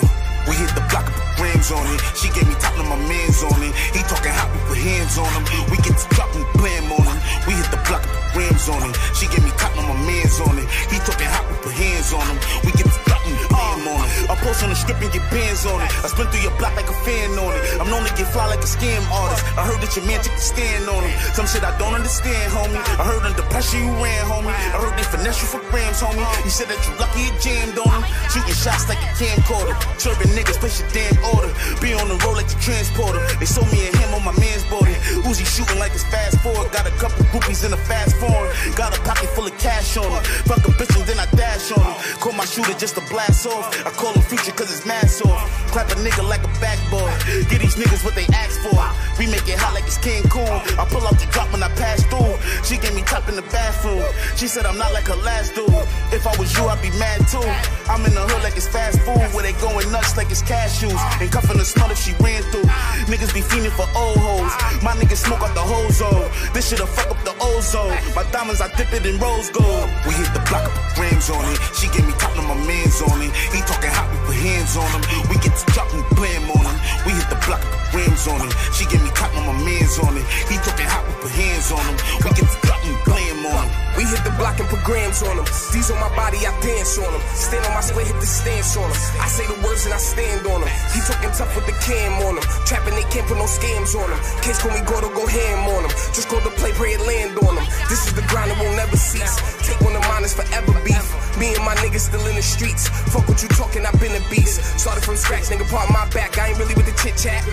Speaker 5: we hit the block with grams on it. She gave me top of my mans on it. He talking hot with her hands on him. We get to drop and blam on him. We hit the block with grams on it. She gave me top of my mans on it. He talking hot with her hands on him. We get to drop and blam on him. I post on the strip and get bands on it. I spin through your block like a fan on it. I'm known to get fly like a scam artist. I heard that your man took the stand on him. Some shit I don't understand, homie. I heard under pressure you ran, homie. I heard they finesse you for grams, homie. You said that you lucky it jammed on him. Shooting shots like a camcorder. Chirping niggas, place your damn order. Be on the road like the transporter. They sold me a him on my man's body. Uzi shooting like it's fast forward. Got a couple groupies in a fast form. Got a pocket full of cash on her. Fuck a bitch and then I dash on her. Call my shooter just to blast off. I call him future cause his mask off. Clap a nigga like a backboard. Get these niggas what they ask for. We make it hot like it's Cancun. I pull out the drop when I pass through. She gave me top in the bathroom. She said I'm not like her last dude. If I was you, I'd be mad too. I'm in the hood like it's fast food. Where they going nuts like it's cashews. And cuffing the smell if she ran through. Niggas be fiending for old hoes. My niggas smoke out the whole zone. This shit'll fuck up the ozone. My diamonds, I dip it in rose gold. We hit the block up with grams on it. She gave me top of my mans on it. He talking hot with her hands on him. We get to drop and blam on him. We hit the block up with grams on it. She gave me top of my mans on it. He talking hot with her hands on him. We get to drop and blam on him.
Speaker 6: We hit the block and put grams on them. These on my body, I dance on them. Stand on my square, hit the stance on them. I say the words and I stand on them. He talking tough with the cam on them. Trapping, they can't put no scams on them. Kids call me Gordo, go ham on them. Just call the play, pray it land on them. This is the grind that will never cease. Take one of mine, it's forever beef. Me and my niggas still in the streets. Fuck what you talking, I've been a beast. Started from scratch, nigga, part my back. I ain't really with the chit chat.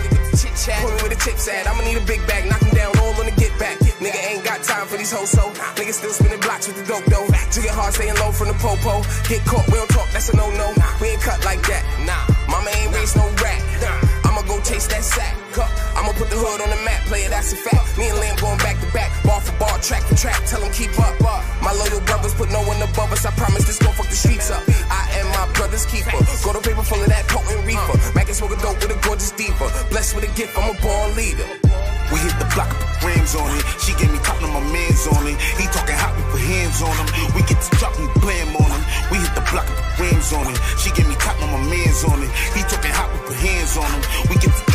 Speaker 6: Call me where the chips at. I'ma need a big bag, knock him down all on the get back. Nigga ain't got time for these hoes, so nigga still spinning blocks with the dope though. Jigging hard, staying low from the popo. Get caught, we don't talk, that's a no no. We ain't cut like that. Nah, mama ain't raised no rat. I'ma go chase that sack. Huh. I'ma put the hood on the map, player, that's a fact. Me and Lamb going back to back, bar for bar, track for track. Tell them keep up. My loyal brothers put no one above us. I promise this gon' fuck the streets up. I am my brother's keeper. Go to paper full of that potent reefer. Mac and smoke a dope with a gorgeous diva. Blessed with a gift, I'm a born leader.
Speaker 5: We hit the block with grams on it. She gave me top of my mans on it. He talking hot with her hands on him. We get to drop and blam on him. We hit the block with grams on it. She gave me top of my mans on it. He talking hot with put hands on them. We get the